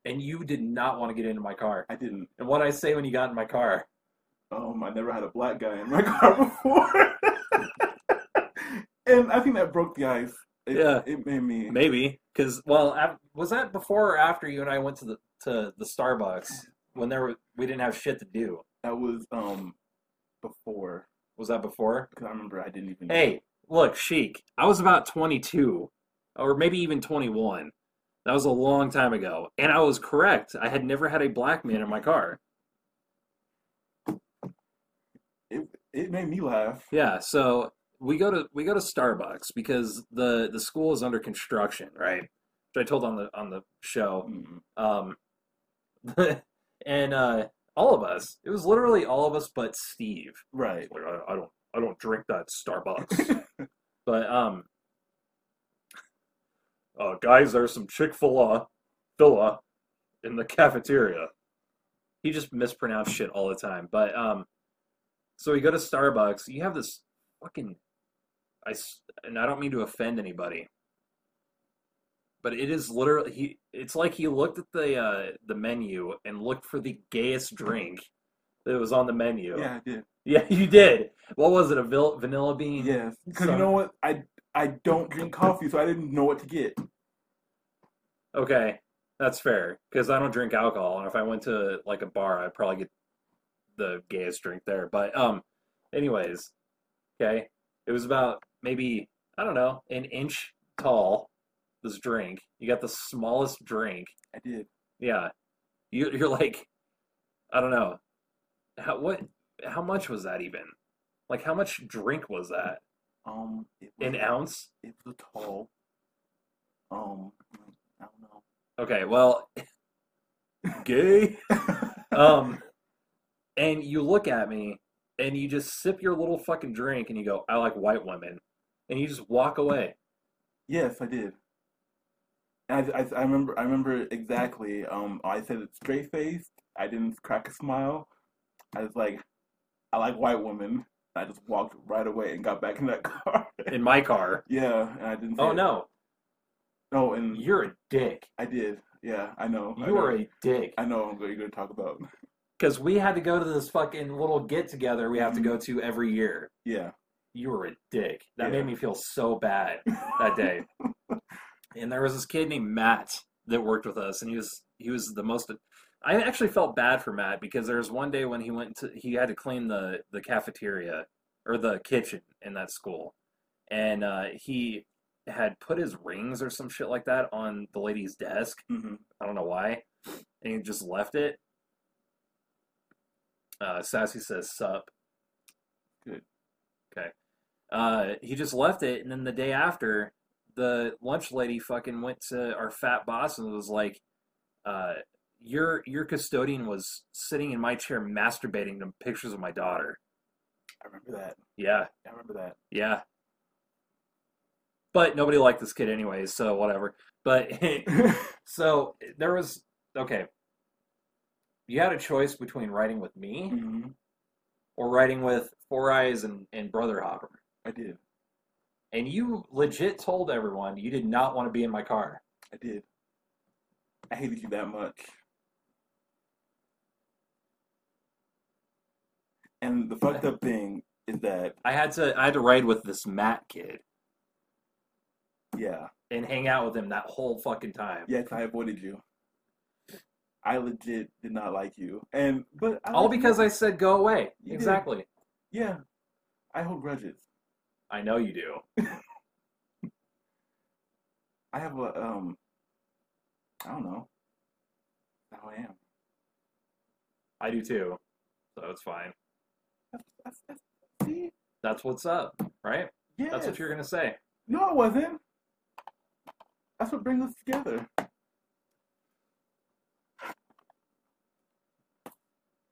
S4: And you did not want to get into my car.
S2: I didn't.
S4: And what I say when you got in my car?
S2: Um, I never had a black guy in my [laughs] car before, [laughs] and I think that broke the ice. It,
S4: Yeah.
S2: it made me.
S4: Maybe because well, af- was that before or after you and I went to the to the Starbucks when there were, we didn't have shit to do?
S2: That was um before
S4: Was that before?
S2: because I remember I didn't even.
S4: Hey, look, Sheik, I was about 22 or maybe even 21. That was a long time ago, and I was correct. I had never had a black man in my car.
S2: It it made me laugh.
S4: Yeah, so we go to we go to Starbucks because the the school is under construction, right? Which I told on the on the show.
S2: Mm.
S4: Um, [laughs] and uh, all of us. It was literally all of us but Steve.
S2: Right.
S4: Like I, I don't, I don't drink that Starbucks. but um, uh, guys, there's some Chick Fil A, filla, in the cafeteria. He just mispronounced shit all the time. But um, so we go to Starbucks. You have this fucking, I s- and I don't mean to offend anybody, but it is literally he. It's like he looked at the uh, the menu and looked for the gayest drink that was on the menu.
S2: Yeah, I did.
S4: Yeah, [laughs] you did. What was it? A vil- vanilla bean?
S2: Yes.
S4: Mm.
S2: Because
S4: So-
S2: you know what? I I don't drink coffee, so I didn't know what to get.
S4: Okay, that's fair. Because I don't drink alcohol, and if I went to like a bar, I'd probably get the gayest drink there. But um, anyways, okay, it was about maybe I don't know an inch tall. This drink, you got the smallest drink.
S2: I did.
S4: Yeah, you [laughs] you're like, I don't know, how what how much was that even? Like how much drink was that?
S2: Um, it was,
S4: An ounce?
S2: It was a tall. Um, I don't know.
S4: Okay, well, gay.
S2: [laughs]
S4: Um, and you look at me and you just sip your little fucking drink and you go, I like white women. And you just walk away.
S2: Yes, I did. And I, I, I remember I remember exactly. Um, I said it straight faced. I didn't crack a smile. I was like, I like white women. I just walked right away and got back in that [laughs] car.
S4: In my
S2: [laughs]
S4: car.
S2: yeah, and I didn't say
S4: Oh
S2: it.
S4: no,
S2: No, and
S4: you're a dick.
S2: I did. Yeah, I know. I
S4: You are
S2: know.
S4: a dick.
S2: I know what you're going to talk about. [laughs]
S4: Because we had to go to this fucking little get together we have to
S2: Mhm.
S4: go to every year.
S2: Yeah.
S4: You were a dick. That
S2: Yeah.
S4: made me feel so bad. that day. And there was this kid named Matt that worked with us, and he was he was the most. I actually felt bad for Matt because there was one day when he went to he had to clean the the cafeteria or the kitchen in that school, and uh, he had put his rings or some shit like that on the lady's desk.
S2: Mhm.
S4: I don't know why, and he just left it. Uh, Sassy says sup.
S2: Good.
S4: Okay. Uh, he just left it, and then the day after, the lunch lady fucking went to our fat boss and was like, uh, "Your your custodian was sitting in my chair masturbating to pictures of my daughter."
S2: I remember that.
S4: Yeah,
S2: I remember that.
S4: yeah. But nobody liked this kid anyways, so whatever. But [laughs] so there was okay. You had a choice between writing with me
S2: hmm
S4: or writing with Four Eyes and, and Brother Hopper.
S2: I did.
S4: And you legit told everyone you did not want to be in my car.
S2: I did. I hated you that much. And the fucked up thing is that,
S4: I had to I had to ride with this Matt kid
S2: yeah,
S4: and hang out with him that whole fucking time.
S2: yes, I avoided you. I legit did not like you, and but I
S4: All
S2: liked you.
S4: because I said go away.
S2: You did.
S4: exactly.
S2: yeah, I hold grudges.
S4: I know you do.
S2: I have a um, I don't know. How I am.
S4: I do too. So it's fine.
S2: That's, that's, that's, see,
S4: That's what's up, right?
S2: yes.
S4: That's what you're gonna say.
S2: No, I wasn't. That's what brings us together.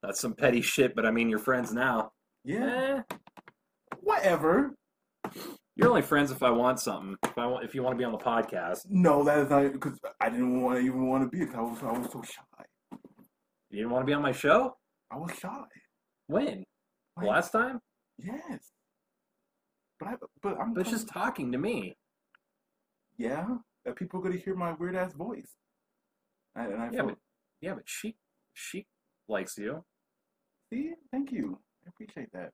S4: That's some petty shit, but I mean you're friends now.
S2: Yeah.
S4: Eh,
S2: Whatever.
S4: you're only friends if I want something. If I want if you want to be on the podcast.
S2: No, that is not because I didn't want to even want to be because I was I was so shy.
S4: You didn't want to be on my show?
S2: I was shy.
S4: When?
S2: Like,
S4: Last time?
S2: Yes. But I but I'm
S4: But
S2: com-
S4: just talking to me.
S2: yeah. That people are gonna hear my weird ass voice. And, and I
S4: Yeah,
S2: feel,
S4: but yeah, but she she likes you.
S2: see, thank you. I appreciate that.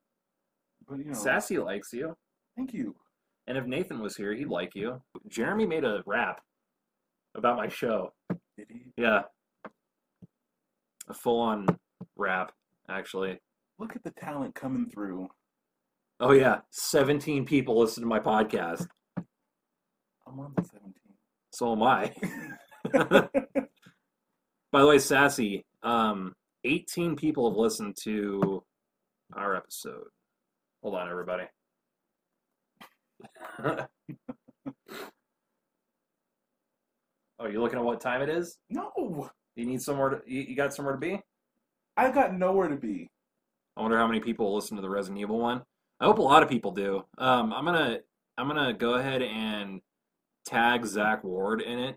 S2: But you know,
S4: Sassy likes you.
S2: thank you.
S4: And if Nathan was here, he'd like you. Jeremy made a rap about my show.
S2: Did he
S4: Yeah. A full on rap, actually.
S2: look at the talent coming through?
S4: Oh yeah. Seventeen people listen to my podcast.
S2: I'm on the seventeen. [laughs]
S4: So am I. [laughs] By the way, Sassy, um, 18 people have listened to our episode. Hold on, everybody. [laughs] oh, you looking at what time it is?
S2: No,
S4: You need somewhere to, you, you got somewhere to be?
S2: I got nowhere to be.
S4: I wonder how many people listen to the Resident Evil one. I hope a lot of people do. Um, I'm gonna I'm gonna go ahead and tag Zach Ward in it.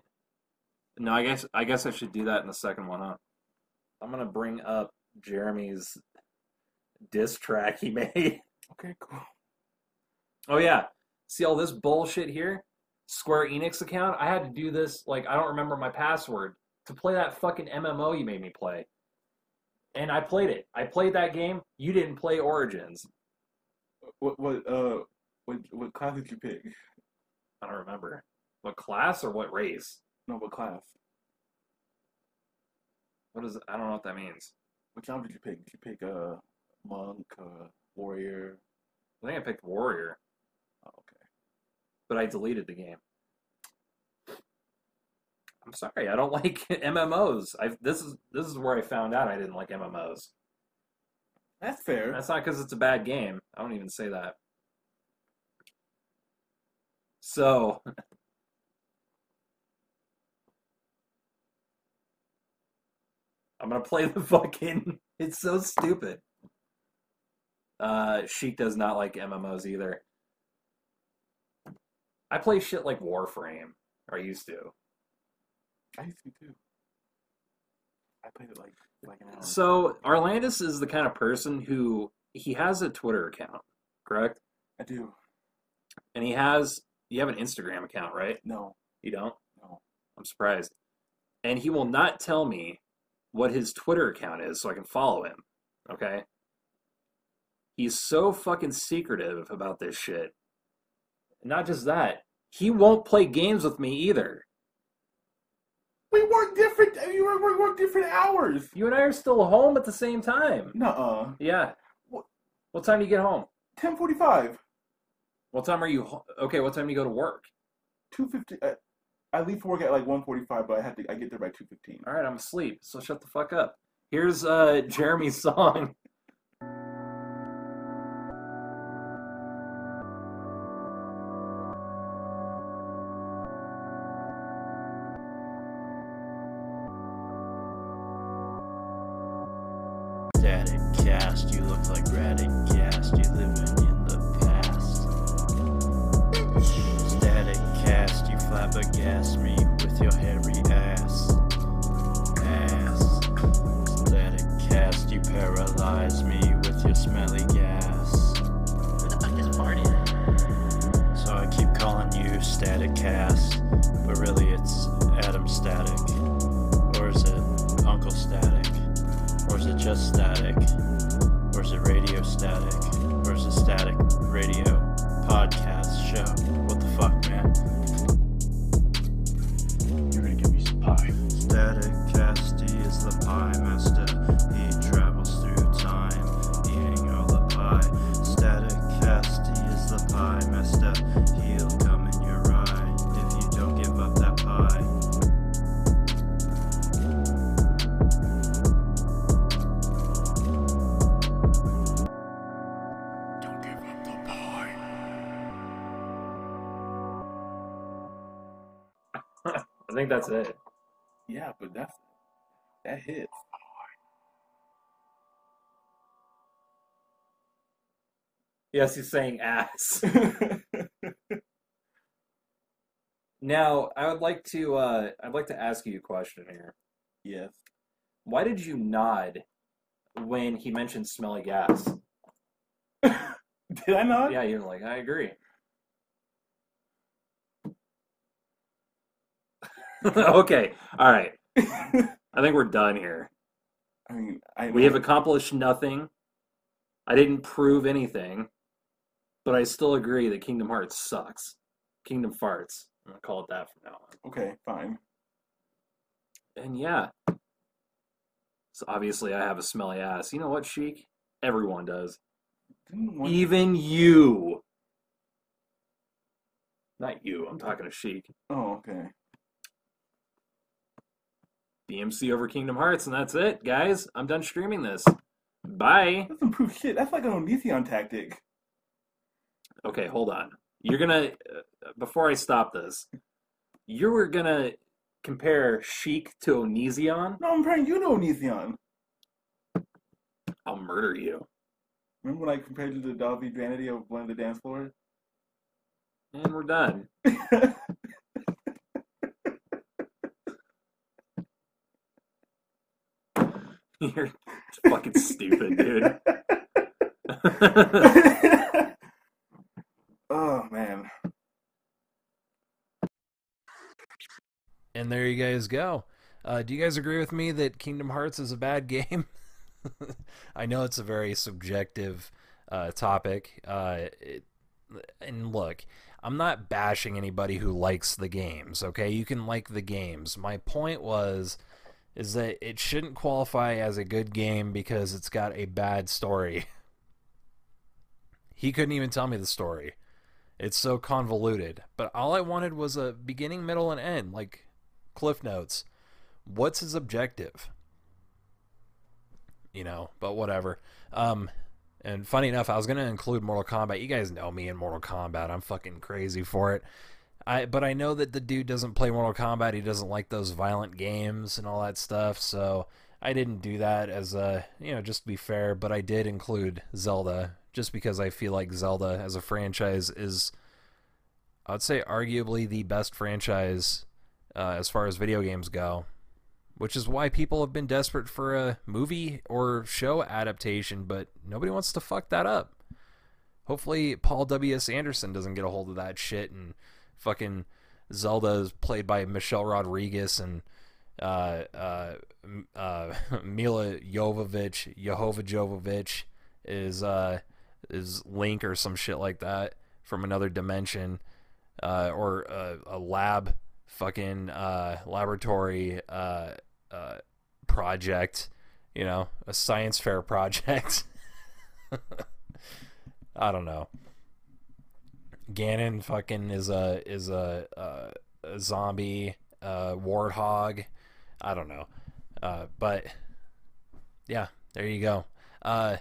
S4: No, I guess I guess I should do that in the second one, huh? I'm gonna bring up Jeremy's diss track he [laughs] made.
S2: Okay, cool.
S4: Oh yeah. See all this bullshit here? Square Enix account? I had to do this like I don't remember my password to play that fucking MMO you made me play. And I played it. I played that game. You didn't play Origins.
S2: What what uh what what class did you pick?
S4: I don't remember. What class or what race?
S2: No, what class?
S4: What is I don't know what that means.
S2: What job did you pick? Did you pick a monk, a warrior?
S4: I think I picked warrior,
S2: Oh, okay.
S4: but I deleted the game. I'm sorry, I don't [laughs] like MMOs. I this is this is where I found out I didn't like MMOs.
S2: That's fair.
S4: That's not because it's a bad game. I don't even say that. So [laughs] I'm gonna play the fucking [laughs] it's so stupid. Uh Sheik does not like MMOs either. I play shit like Warframe, or I used to.
S2: I used to too. I played it like like an hour.
S4: So Arlandis is the kind of person who he has a Twitter account, correct?
S2: I do.
S4: And he has, you have an Instagram account, right?
S2: No,
S4: You don't?
S2: no.
S4: I'm surprised. And he will not tell me what his Twitter account is so I can follow him. Okay? He's so fucking secretive about this shit. Not just that, he won't play games with me either.
S2: We work different. uh, We work, we work different hours.
S4: You and I are still home at the same time.
S2: Nuh-uh.
S4: Yeah.
S2: What?
S4: What time do you get home?
S2: uh, Ten forty-five.
S4: What time are you ho- okay? What time do you go to work?
S2: Two fifty. I, I leave for work at like one forty-five, but I have to. I get there by two fifteen.
S4: All right, I'm asleep, so shut the fuck up. Here's uh, Jeremy's [laughs] song.
S5: Static cast, you look like Radicast. You live Static Radio podcast show. What the fuck, man? You're gonna give me some pie. Static Casty is the pie master. He travels through time, eating all the pie. Static Casty is the pie master. He'll come in your eye if you don't give up that pie. Don't give up the pie.
S4: I think that's it.
S2: Yeah, but that's that hits.
S4: Yes, he's saying ass. Now, I would like to uh I'd like to ask you a question here.
S2: yes.
S4: Why did you nod when he mentioned smelly gas?
S2: [laughs] Did I not?
S4: Yeah, you're like, I agree. [laughs] Okay. All right. I think we're done here.
S2: [laughs] I mean, I
S4: We have accomplished nothing. I didn't prove anything, but I still agree that Kingdom Hearts sucks. Kingdom Farts. I'm gonna call it that from now on.
S2: okay, fine.
S4: And yeah. So obviously I have a smelly ass. You know what, Sheik? Everyone does.
S2: Didn't one,
S4: Even you. Not you, I'm talking to Sheik.
S2: oh, okay.
S4: DMC over Kingdom Hearts, and that's it, guys. I'm done streaming this. Bye.
S2: That's improved shit. That's like an Onision tactic.
S4: Okay, hold on. You're gonna, uh, before I stop this, you were gonna compare Sheik to Onision?
S2: No, I'm comparing you to Onision.
S4: I'll murder you.
S2: Remember when I compared you to Dobby Vanity of Blend the Dance Floor?
S4: And we're done. [laughs] You're fucking stupid, dude.
S2: [laughs]
S4: [laughs]
S2: oh man.
S3: And there you guys go. Uh, do you guys agree with me that Kingdom Hearts is a bad [laughs] game? I know it's a very subjective uh, topic. Uh, it, and look, I'm not bashing anybody who likes the games, okay? You can like the games. My point was is that it shouldn't qualify as a good game because it's got a bad story. [laughs] He couldn't even tell me the story. It's so convoluted. But all I wanted was a beginning, middle, and end. Like Cliff Notes. What's his objective? You know, but whatever. Um, and funny enough, I was gonna include Mortal Kombat. You guys know me in Mortal Kombat. I'm fucking crazy for it. I but I know that the dude doesn't play Mortal Kombat. He doesn't like those violent games and all that stuff. So I didn't do that as a you know just to be fair. But I did include Zelda just because I feel like Zelda as a franchise is, I'd say, arguably the best franchise uh, as far as video games go, which is why people have been desperate for a movie or show adaptation, but nobody wants to fuck that up. Hopefully, Paul W.S. Anderson doesn't get a hold of that shit and fucking Zelda is played by Michelle Rodriguez and uh, uh, m- uh, [laughs] Mila Jovovich, Jehovah Jovovich is, uh, is Link or some shit like that from another dimension uh, or a, a lab fucking uh, laboratory uh, uh, project, you know, a science fair project. [laughs] I don't know. Ganon fucking is a is a, uh, a zombie uh, warthog. I don't know, uh, but yeah, there you go. Uh,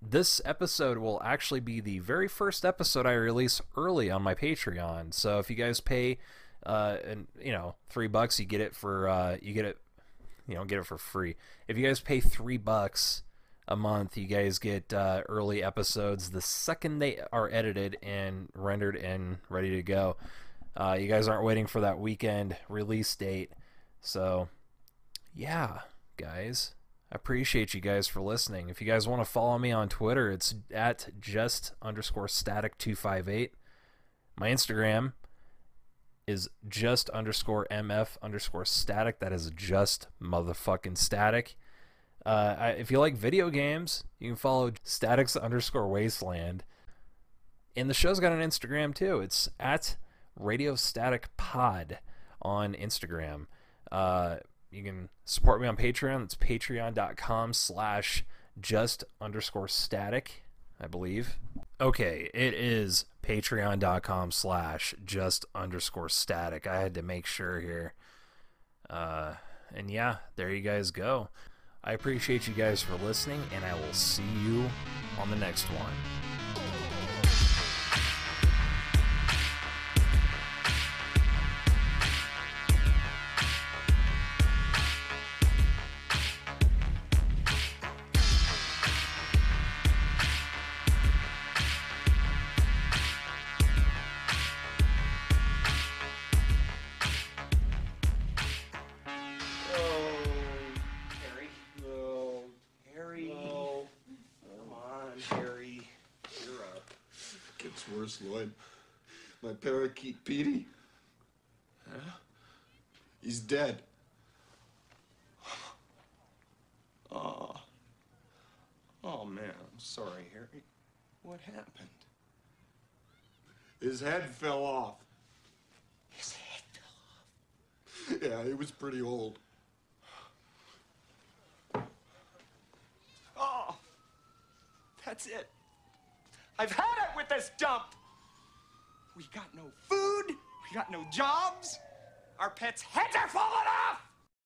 S3: this episode will actually be the very first episode I release early on my Patreon. So if you guys pay, uh, and you know, three bucks, you get it for uh, you get it, you know, get it for free. If you guys pay three bucks a month, you guys get uh, early episodes the second they are edited and rendered and ready to go. Uh, you guys aren't waiting for that weekend release date, so yeah, guys. I appreciate you guys for listening. If you guys want to follow me on Twitter, it's at just underscore static two five eight. My Instagram is just underscore mf underscore static. That is just motherfucking static. Uh, I, if you like video games, you can follow statics underscore wasteland. And the show's got an Instagram too. It's at Radio Static Pod on Instagram. Uh, you can support me on Patreon. That's patreon.com slash just underscore static, I believe. Okay, it is patreon.com slash just underscore static. I had to make sure here. Uh, and yeah, there you guys go. I appreciate you guys for listening, and I will see you on the next one.
S6: Oh, Harry.
S4: No, Harry.
S6: No. Come on, Harry. You're up.
S7: Gets worse, Lloyd. My parakeet Petey. Huh? He's dead.
S6: Oh. Oh, man. I'm sorry, Harry. What happened?
S7: His head fell off.
S6: His head fell
S7: Yeah, he was pretty old.
S6: off. Oh. That's it. I've had it with this dump. We got no food. We got no jobs. Our pets' heads are falling off.